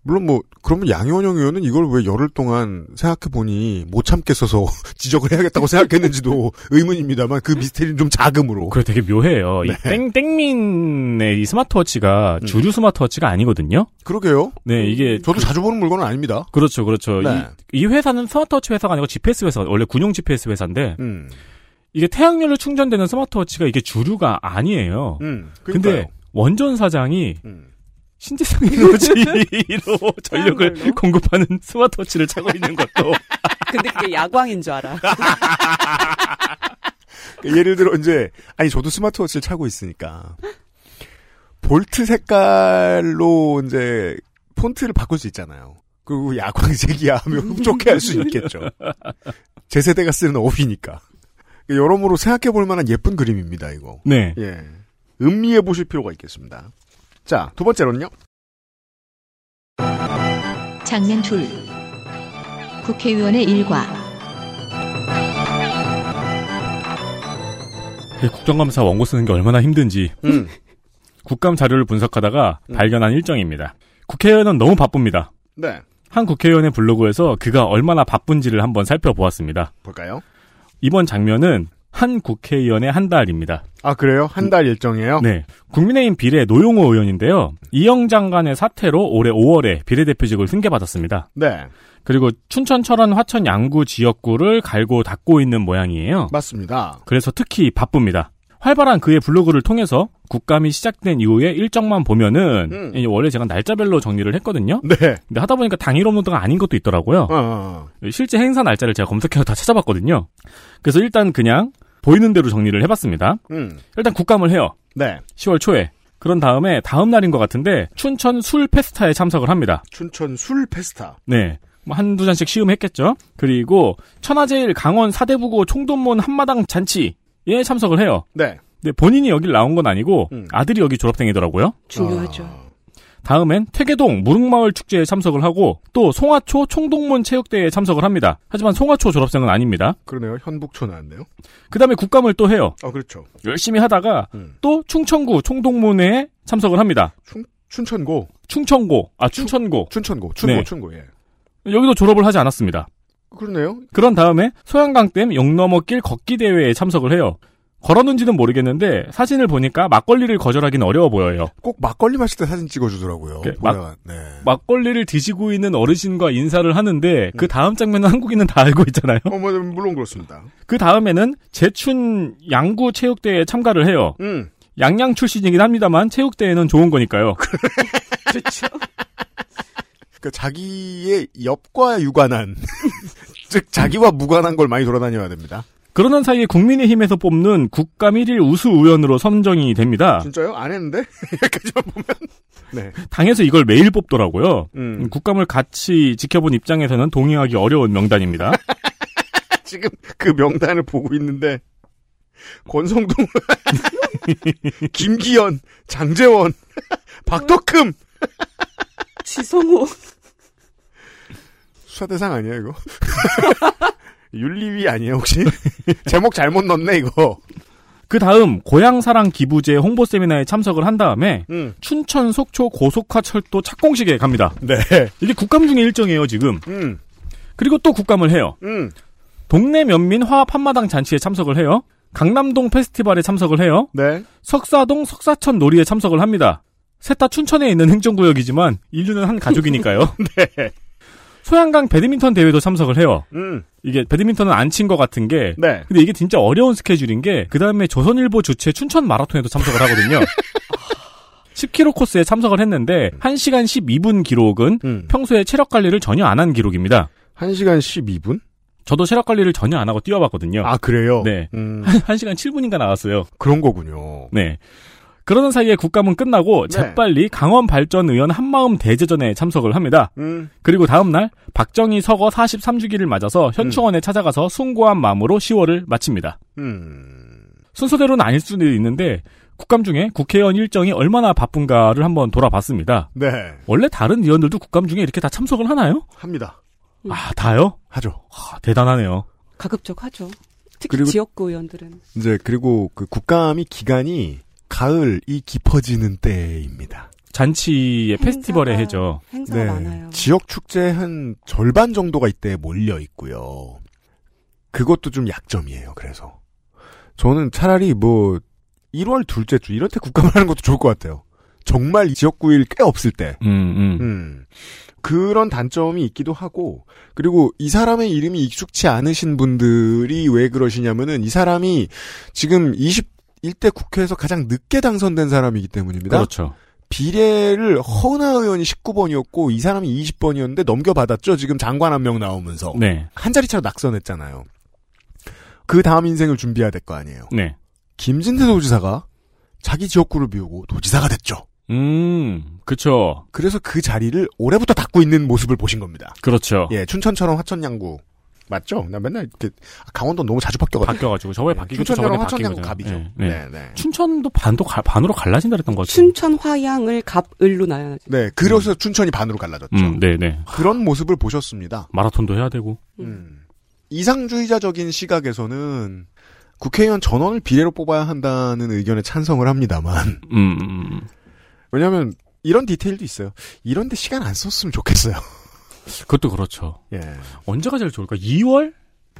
[SPEAKER 4] 물론 뭐 그러면 양희원영 의원은 이걸 왜 열흘 동안 생각해 보니 못 참겠어서 지적을 해야겠다고 생각했는지도 의문입니다만 그 미스테리는 좀 자금으로.
[SPEAKER 2] 그래 되게 묘해요. 이 땡, 땡민의 이 스마트워치가
[SPEAKER 4] 음.
[SPEAKER 2] 주류 스마트워치가 아니거든요.
[SPEAKER 4] 그러게요.
[SPEAKER 2] 네, 이게
[SPEAKER 4] 예, 저도 자주 보는 물건은 아닙니다.
[SPEAKER 2] 그렇죠, 그렇죠.
[SPEAKER 4] 네.
[SPEAKER 2] 이, 이 회사는 스마트워치 회사가 아니고 GPS 회사, 원래 군용 GPS 회사인데
[SPEAKER 4] 음.
[SPEAKER 2] 이게 태양열로 충전되는 스마트워치가 이게 주류가 아니에요.
[SPEAKER 4] 음.
[SPEAKER 2] 근데 원전 사장이
[SPEAKER 4] 음.
[SPEAKER 2] 신재생 에너지로 전력을 공급하는 스마트워치를 차고 있는 것도
[SPEAKER 3] 근데 그게 야광인 줄 알아.
[SPEAKER 4] 그러니까 예를 들어 이제 아니 저도 스마트워치를 차고 있으니까 볼트 색깔로 이제 폰트를 바꿀 수 있잖아요. 그리고 야광색이야 하면 흡족해할 수 있겠죠. 제 세대가 쓰는 어휘니까. 그러니까 여러모로 생각해볼 만한 예쁜 그림입니다. 이거.
[SPEAKER 2] 네.
[SPEAKER 4] 예. 음미해 보실 필요가 있겠습니다. 자, 두 번째로는요.
[SPEAKER 1] 장면 둘 국회의원의 일과
[SPEAKER 2] 이 국정감사 원고 쓰는 게 얼마나 힘든지
[SPEAKER 4] 음.
[SPEAKER 2] 국감 자료를 분석하다가
[SPEAKER 4] 음.
[SPEAKER 2] 발견한 일정입니다. 국회의원은 너무 바쁩니다.
[SPEAKER 4] 네.
[SPEAKER 2] 한 국회의원의 블로그에서 그가 얼마나 바쁜지를 한번 살펴보았습니다.
[SPEAKER 4] 볼까요?
[SPEAKER 2] 이번 장면은 한 국회의원의 한 달입니다.
[SPEAKER 4] 아, 그래요? 한 달 일정이에요?
[SPEAKER 2] 네. 국민의힘 비례 노용호 의원인데요. 이영 장관의 사태로 올해 5월에 비례대표직을 승계받았습니다.
[SPEAKER 4] 네.
[SPEAKER 2] 그리고 춘천, 철원, 화천, 양구 지역구를 갈고 닦고 있는 모양이에요.
[SPEAKER 4] 맞습니다.
[SPEAKER 2] 그래서 특히 바쁩니다. 활발한 그의 블로그를 통해서 국감이 시작된 이후에 일정만 보면은
[SPEAKER 4] 음.
[SPEAKER 2] 이 원래 제가 날짜별로 정리를 했거든요.
[SPEAKER 4] 네.
[SPEAKER 2] 근데 하다 보니까 당일 업로드가 아닌 것도 있더라고요.
[SPEAKER 4] 어, 어.
[SPEAKER 2] 실제 행사 날짜를 제가 검색해서 다 찾아봤거든요. 그래서 일단 그냥 보이는 대로 정리를 해봤습니다.
[SPEAKER 4] 음.
[SPEAKER 2] 일단 국감을 해요.
[SPEAKER 4] 네.
[SPEAKER 2] 10월 초에. 그런 다음에 다음 날인 것 같은데 춘천 술 페스타에 참석을 합니다.
[SPEAKER 4] 춘천 술 페스타.
[SPEAKER 2] 네. 뭐 한두 잔씩 시음했겠죠. 그리고 천하제일 강원 사대부고 총돈문 한마당 잔치에 참석을 해요.
[SPEAKER 4] 네.
[SPEAKER 2] 근데 본인이 여길 나온 건 아니고
[SPEAKER 4] 음.
[SPEAKER 2] 아들이 여기 졸업생이더라고요.
[SPEAKER 3] 중요하죠.
[SPEAKER 4] 아.
[SPEAKER 2] 다음엔 태계동 무릉마을 축제에 참석을 하고 또 송화초 총동문 체육대회에 참석을 합니다. 하지만 송화초 졸업생은 아닙니다.
[SPEAKER 4] 그러네요. 현북초 나왔네요.
[SPEAKER 2] 그다음에 국감을 또 해요.
[SPEAKER 4] 아 그렇죠.
[SPEAKER 2] 열심히 하다가
[SPEAKER 4] 음.
[SPEAKER 2] 또 충청구 총동문회에 참석을 합니다.
[SPEAKER 4] 춘천고,
[SPEAKER 2] 충청고 아 춘천고
[SPEAKER 4] 춘천고, 춘고,
[SPEAKER 2] 네.
[SPEAKER 4] 춘고. 예.
[SPEAKER 2] 여기도 졸업을 하지 않았습니다.
[SPEAKER 4] 그러네요.
[SPEAKER 2] 그런 다음에 소양강댐 영너머길 걷기 대회에 참석을 해요. 걸었는지는 모르겠는데 사진을 보니까 막걸리를 거절하긴 어려워 보여요.
[SPEAKER 4] 꼭 막걸리 마실 때 사진 찍어주더라고요.
[SPEAKER 2] 그,
[SPEAKER 4] 보면, 네.
[SPEAKER 2] 막걸리를 뒤지고 있는 어르신과 인사를 하는데 그 다음 장면은 한국인은 다 알고 있잖아요.
[SPEAKER 4] 어, 뭐, 물론 그렇습니다.
[SPEAKER 2] 그 다음에는 제춘 양구 체육대회에 참가를 해요.
[SPEAKER 4] 음.
[SPEAKER 2] 양양 출신이긴 합니다만 체육대회는 좋은 거니까요.
[SPEAKER 4] 그 자기의 옆과 유관한, 즉 자기와 무관한 걸 많이 돌아다녀야 됩니다.
[SPEAKER 2] 그러는 사이에 국민의힘에서 뽑는 국감 1일 우수 의원으로 선정이 됩니다.
[SPEAKER 4] 진짜요? 안 했는데? 여기까지만 보면. 네.
[SPEAKER 2] 당에서 이걸 매일 뽑더라고요.
[SPEAKER 4] 음.
[SPEAKER 2] 음, 국감을 같이 지켜본 입장에서는 동의하기 어려운 명단입니다.
[SPEAKER 4] 지금 그 명단을 보고 있는데 권성동, 김기현, 장재원, 박덕흠
[SPEAKER 3] 지성호.
[SPEAKER 4] 수사 대상 아니야 이거? 윤리위 아니에요 혹시? 제목 잘못 넣었네 이거.
[SPEAKER 2] 그 다음 고향사랑 기부제 홍보 세미나에 참석을 한 다음에
[SPEAKER 4] 음.
[SPEAKER 2] 춘천 속초 고속화 철도 착공식에 갑니다.
[SPEAKER 4] 네.
[SPEAKER 2] 이게 국감 중에 일정이에요 지금.
[SPEAKER 4] 음.
[SPEAKER 2] 그리고 또 국감을 해요.
[SPEAKER 4] 음.
[SPEAKER 2] 동네 면민 화합 한마당 잔치에 참석을 해요. 강남동 페스티벌에 참석을 해요.
[SPEAKER 4] 네.
[SPEAKER 2] 석사동 석사천 놀이에 참석을 합니다. 셋 다 춘천에 있는 행정구역이지만 인류는 한 가족이니까요. 소양강 배드민턴 대회도 참석을 해요.
[SPEAKER 4] 음.
[SPEAKER 2] 이게 배드민턴은 안 친 것 같은 게
[SPEAKER 4] 네.
[SPEAKER 2] 근데 이게 진짜 어려운 스케줄인 게 그다음에 조선일보 주최 춘천 마라톤에도 참석을 하거든요. 10km 코스에 참석을 했는데 1시간 12분 기록은
[SPEAKER 4] 음.
[SPEAKER 2] 평소에 체력 관리를 전혀 안 한 기록입니다.
[SPEAKER 4] 1시간 12분?
[SPEAKER 2] 저도 체력 관리를 전혀 안 하고 뛰어봤거든요.
[SPEAKER 4] 아, 그래요?
[SPEAKER 2] 네.
[SPEAKER 4] 음,
[SPEAKER 2] 1시간 7분인가 나왔어요.
[SPEAKER 4] 그런 거군요.
[SPEAKER 2] 네. 그러는 사이에 국감은 끝나고
[SPEAKER 4] 네.
[SPEAKER 2] 재빨리 강원 발전 의원 한마음 대제전에 참석을 합니다.
[SPEAKER 4] 음.
[SPEAKER 2] 그리고 다음날 박정희 서거 43주기를 맞아서 현충원에 찾아가서 숭고한 마음으로 10월을 마칩니다.
[SPEAKER 4] 음.
[SPEAKER 2] 순서대로는 아닐 수도 있는데 국감 중에 국회의원 일정이 얼마나 바쁜가를 한번 돌아봤습니다.
[SPEAKER 4] 네.
[SPEAKER 2] 원래 다른 의원들도 국감 중에 이렇게 다 참석을 하나요?
[SPEAKER 4] 합니다.
[SPEAKER 3] 음.
[SPEAKER 2] 아 다요?
[SPEAKER 4] 하죠.
[SPEAKER 2] 아, 대단하네요.
[SPEAKER 3] 가급적하죠. 특히
[SPEAKER 4] 그리고-
[SPEAKER 3] 지역구 의원들은.
[SPEAKER 4] 이제 그리고 그 국감이 기간이 가을이 깊어지는 때입니다.
[SPEAKER 2] 잔치의
[SPEAKER 3] 행사가-
[SPEAKER 2] 페스티벌의 해죠.
[SPEAKER 3] 행사가 많아요.
[SPEAKER 4] 네. 지역 축제 한 절반 정도가 이때 몰려 있고요. 그것도 좀 약점이에요. 그래서 저는 차라리 뭐 1월 둘째 주 이럴 때 국감을 하는 것도 좋을 것 같아요. 정말 지역구일 꽤 없을 때.
[SPEAKER 2] 음, 음.
[SPEAKER 4] 음. 그런 단점이 있기도 하고, 그리고 이 사람의 이름이 익숙치 않으신 분들이 왜 그러시냐면은 이 사람이 지금 21대 국회에서 가장 늦게 당선된 사람이기 때문입니다.
[SPEAKER 2] 그렇죠.
[SPEAKER 4] 비례를 허은하 의원이 19번이었고 이 사람이 20번이었는데 넘겨받았죠. 지금 장관 한 명 나오면서.
[SPEAKER 2] 네,
[SPEAKER 4] 한 자리 차로 낙선했잖아요. 그 다음 인생을 준비해야 될 거 아니에요.
[SPEAKER 2] 네.
[SPEAKER 4] 김진태 도지사가 자기 지역구를 비우고 도지사가 됐죠.
[SPEAKER 2] 음, 그쵸.
[SPEAKER 4] 그래서 그 자리를 올해부터 닦고 있는 모습을 보신 겁니다.
[SPEAKER 2] 그렇죠.
[SPEAKER 4] 예, 춘천처럼 화천양구 맞죠? 나 맨날 이렇게 아, 강원도 너무 자주 바뀌어가지고
[SPEAKER 2] 바뀌어가지고 저번에
[SPEAKER 4] 예,
[SPEAKER 2] 바뀌고 또 저번에
[SPEAKER 4] 춘천처럼
[SPEAKER 2] 바뀐
[SPEAKER 4] 화천양구
[SPEAKER 2] 거죠.
[SPEAKER 4] 갑이죠.
[SPEAKER 2] 네, 네.
[SPEAKER 4] 네, 네.
[SPEAKER 2] 춘천도 반도 가- 반으로 갈라진다 그랬던 거죠.
[SPEAKER 3] 춘천 화양을 갑을로 나눠야죠.
[SPEAKER 4] 네, 그래서 춘천이 반으로 갈라졌죠.
[SPEAKER 2] 음, 네, 네.
[SPEAKER 4] 그런 모습을 보셨습니다.
[SPEAKER 2] 마라톤도 해야 되고.
[SPEAKER 4] 음. 이상주의자적인 시각에서는 국회의원 전원을 비례로 뽑아야 한다는 의견에 찬성을 합니다만
[SPEAKER 2] 음, 음, 음.
[SPEAKER 4] 왜냐하면 이런 디테일도 있어요. 이런데 시간 안 썼으면 좋겠어요.
[SPEAKER 2] 그것도 그렇죠.
[SPEAKER 4] 예.
[SPEAKER 2] 언제가 제일 좋을까? 2월?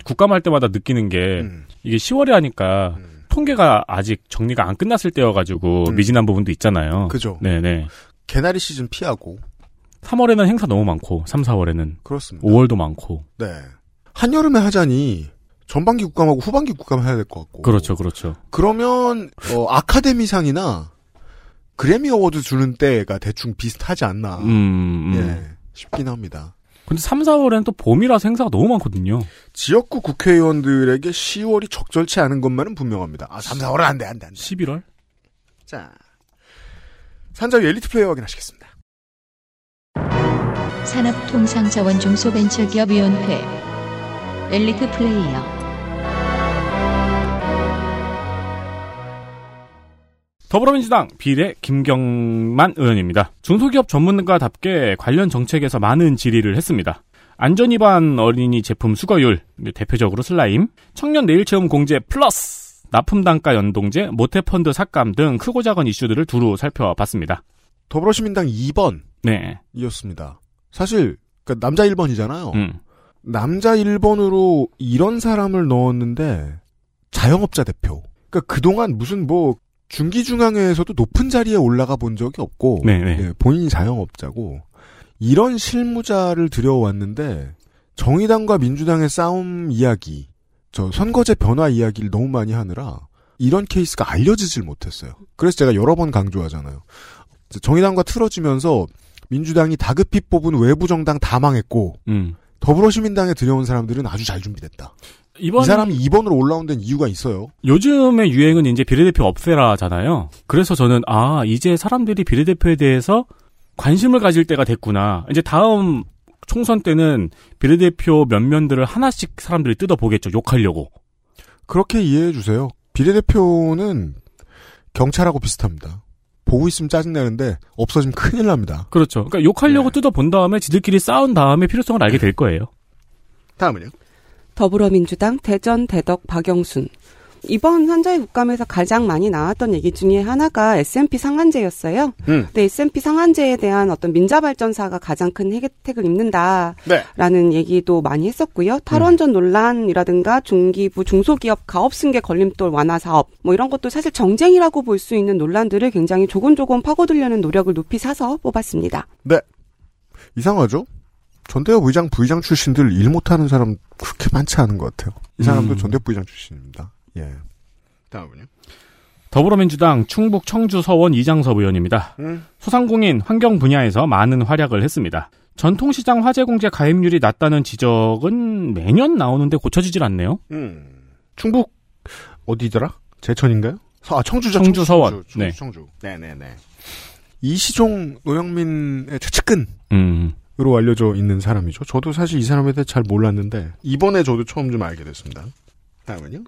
[SPEAKER 2] 국감할 때마다 느끼는 게
[SPEAKER 4] 음,
[SPEAKER 2] 이게 10월에 하니까
[SPEAKER 4] 음.
[SPEAKER 2] 통계가 아직 정리가 안 끝났을 때여가지고
[SPEAKER 4] 음.
[SPEAKER 2] 미진한 부분도 있잖아요.
[SPEAKER 4] 그죠.
[SPEAKER 2] 네네. 음.
[SPEAKER 4] 개나리 시즌 피하고
[SPEAKER 2] 3월에는 행사 너무 많고 3, 4월에는
[SPEAKER 4] 그렇습니다.
[SPEAKER 2] 5월도 많고.
[SPEAKER 4] 네. 한여름에 하자니 전반기 국감하고 후반기 국감 해야 될 것 같고.
[SPEAKER 2] 그렇죠, 그렇죠.
[SPEAKER 4] 그러면 어, 아카데미상이나 그래미 어워드 주는 때가 대충 비슷하지 않나.
[SPEAKER 2] 음, 음.
[SPEAKER 4] 아. 예. 싶긴 합니다.
[SPEAKER 2] 근데 3, 4월에는 또 봄이라서 행사가 너무 많거든요.
[SPEAKER 4] 네. 지역구 국회의원들에게 10월이 적절치 않은 것만은 분명합니다. 아, 3, 4월은 안 돼, 안 돼, 안 돼.
[SPEAKER 2] 11월?
[SPEAKER 4] 자. 산자위 엘리트 플레이어 확인하시겠습니다.
[SPEAKER 1] 산업통상자원 중소벤처기업위원회 엘리트 플레이어
[SPEAKER 2] 더불어민주당 비례 김경만 의원입니다. 중소기업 전문가답게 관련 정책에서 많은 질의를 했습니다. 안전위반 어린이 제품 수거율, 근데 대표적으로 슬라임, 청년 내일체험 공제 플러스, 납품단가 연동제, 모태펀드 삭감 등 크고 작은 이슈들을 두루 살펴봤습니다.
[SPEAKER 4] 더불어시민당 2번이었습니다.
[SPEAKER 2] 네,
[SPEAKER 4] 사실, 그러니까 남자 1번이잖아요.
[SPEAKER 2] 음,
[SPEAKER 4] 남자 1번으로 이런 사람을 넣었는데 자영업자 대표. 그러니까 그동안 무슨 뭐 중기중앙회에서도 높은 자리에 올라가 본 적이 없고
[SPEAKER 2] 네, 네.
[SPEAKER 4] 예, 본인이 자영업자고 이런 실무자를 들여왔는데 정의당과 민주당의 싸움 이야기, 저 선거제 변화 이야기를 너무 많이 하느라 이런 케이스가 알려지질 못했어요. 그래서 제가 여러 번 강조하잖아요. 이제 정의당과 틀어지면서 민주당이 다급히 뽑은 외부 정당 다 망했고
[SPEAKER 2] 음.
[SPEAKER 4] 더불어시민당에 들여온 사람들은 아주 잘 준비됐다.
[SPEAKER 2] 이번
[SPEAKER 4] 이 사람이 2번으로 올라온 데는 이유가 있어요.
[SPEAKER 2] 요즘의 유행은 이제 비례대표 없애라잖아요. 그래서 저는 아 이제 사람들이 비례대표에 대해서 관심을 가질 때가 됐구나. 이제 다음 총선 때는 비례대표 몇 면들을 하나씩 사람들이 뜯어 보겠죠. 욕하려고.
[SPEAKER 4] 그렇게 이해해 주세요. 비례대표는 경찰하고 비슷합니다. 보고 있으면 짜증나는데 없어지면 큰일 납니다.
[SPEAKER 2] 그렇죠. 그러니까 욕하려고 뜯어 본 다음에 지들끼리 싸운 다음에 필요성을 알게 될 거예요.
[SPEAKER 4] 다음은요.
[SPEAKER 3] 더불어민주당 대전 대덕 박영순. 이번 환자의 국감에서 가장 많이 나왔던 얘기 중에 하나가 S&P 상한제였어요.
[SPEAKER 4] 음.
[SPEAKER 3] 근데 S&P 상한제에 대한 어떤 민자발전사가 가장 큰 혜택을 입는다라는
[SPEAKER 4] 네. 음.
[SPEAKER 3] 얘기도 많이 했었고요. 탈원전 논란이라든가 중기부 중소기업 가업승계 걸림돌 완화 사업 뭐 이런 것도 사실 정쟁이라고 볼 수 있는 논란들을 굉장히 조곤조곤 파고들려는 노력을 높이 사서 뽑았습니다.
[SPEAKER 4] 이상하죠? 전대협 의장 부의장 출신들 일 못하는 사람 그렇게 많지 않은 것 같아요. 이 사람도
[SPEAKER 2] 음.
[SPEAKER 4] 전대협 부의장 출신입니다. 예. 다음은요.
[SPEAKER 2] 더불어민주당 충북 청주 서원 이장섭 의원입니다.
[SPEAKER 4] 음.
[SPEAKER 2] 소상공인 환경 분야에서 많은 활약을 했습니다. 전통시장 화재공제 가입률이 낮다는 지적은 매년 나오는데 고쳐지질 않네요.
[SPEAKER 4] 충북 어디더라? 음. 제천인가요? 서- 아, 청주죠.
[SPEAKER 2] 청주 서원.
[SPEAKER 4] 청주,
[SPEAKER 2] 네.
[SPEAKER 4] 청주, 청주. 네네네. 이시종 노영민의 최측근.
[SPEAKER 2] 음.
[SPEAKER 4] 으로 알려져 있는 사람이죠. 저도 사실 이 사람에 대해 잘 몰랐는데 이번에 저도 처음 좀 알게 됐습니다. 다음은요.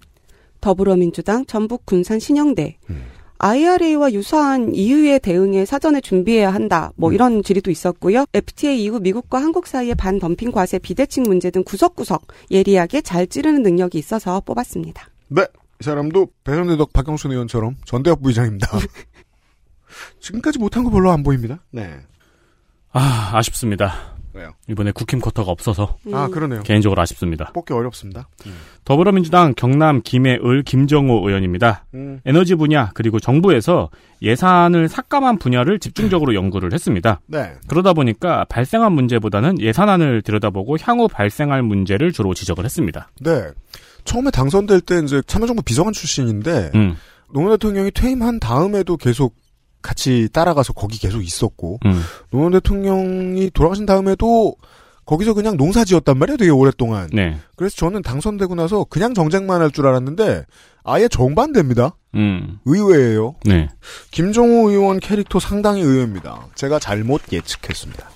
[SPEAKER 3] 더불어민주당 전북 군산 신영대
[SPEAKER 4] 음.
[SPEAKER 3] IRA와 유사한 EU의 대응에 사전에 준비해야 한다. 뭐
[SPEAKER 4] 음.
[SPEAKER 3] 이런 질의도 있었고요. FTA 이후 미국과 한국 사이의 반덤핑 과세 비대칭 문제 등 구석구석 예리하게 잘 찌르는 능력이 있어서 뽑았습니다.
[SPEAKER 4] 네, 이 사람도 배선대덕 박영순 의원처럼 전대협 부의장입니다. 지금까지 못한 거 별로 안 보입니다. 네.
[SPEAKER 2] 아, 아쉽습니다.
[SPEAKER 4] 왜요?
[SPEAKER 2] 이번에 국힘 쿼터가 없어서
[SPEAKER 4] 아
[SPEAKER 3] 음.
[SPEAKER 4] 그러네요.
[SPEAKER 2] 개인적으로 아쉽습니다.
[SPEAKER 4] 뽑기 어렵습니다.
[SPEAKER 2] 더불어민주당 경남 김해을 김정호 의원입니다.
[SPEAKER 4] 음.
[SPEAKER 2] 에너지 분야 그리고 정부에서 예산을 삭감한 분야를 집중적으로 연구를 했습니다.
[SPEAKER 4] 네.
[SPEAKER 2] 그러다 보니까 발생한 문제보다는 예산안을 들여다보고 향후 발생할 문제를 주로 지적을 했습니다.
[SPEAKER 4] 네. 처음에 당선될 때 이제 참여정부 비서관 출신인데
[SPEAKER 2] 음,
[SPEAKER 4] 노무현 대통령이 퇴임한 다음에도 계속 같이 따라가서 거기 계속 있었고
[SPEAKER 2] 음,
[SPEAKER 4] 노무현 대통령이 돌아가신 다음에도 거기서 그냥 농사지었단 말이에요. 되게 오랫동안.
[SPEAKER 2] 네,
[SPEAKER 4] 그래서 저는 당선되고 나서 그냥 정쟁만 할 줄 알았는데 아예 정반대입니다.
[SPEAKER 2] 음,
[SPEAKER 4] 의외예요.
[SPEAKER 2] 네.
[SPEAKER 4] 김종우 의원 캐릭터 상당히 의외입니다. 제가 잘못 예측했습니다.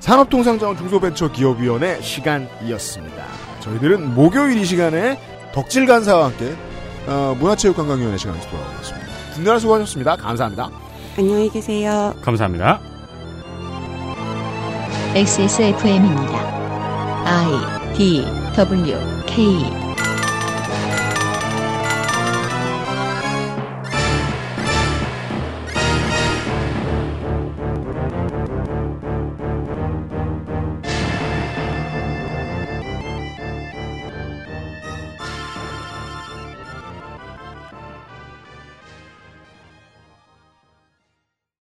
[SPEAKER 4] 산업통상자원 중소벤처기업위원회 시간이었습니다. 저희들은 목요일 이 시간에 덕질 간사와 함께 어, 문화체육관광위원회 시간에서 돌아오겠습니다. 분노라 수고하셨습니다. 감사합니다.
[SPEAKER 3] 안녕히 계세요.
[SPEAKER 2] 감사합니다.
[SPEAKER 1] XSFM입니다. I D W K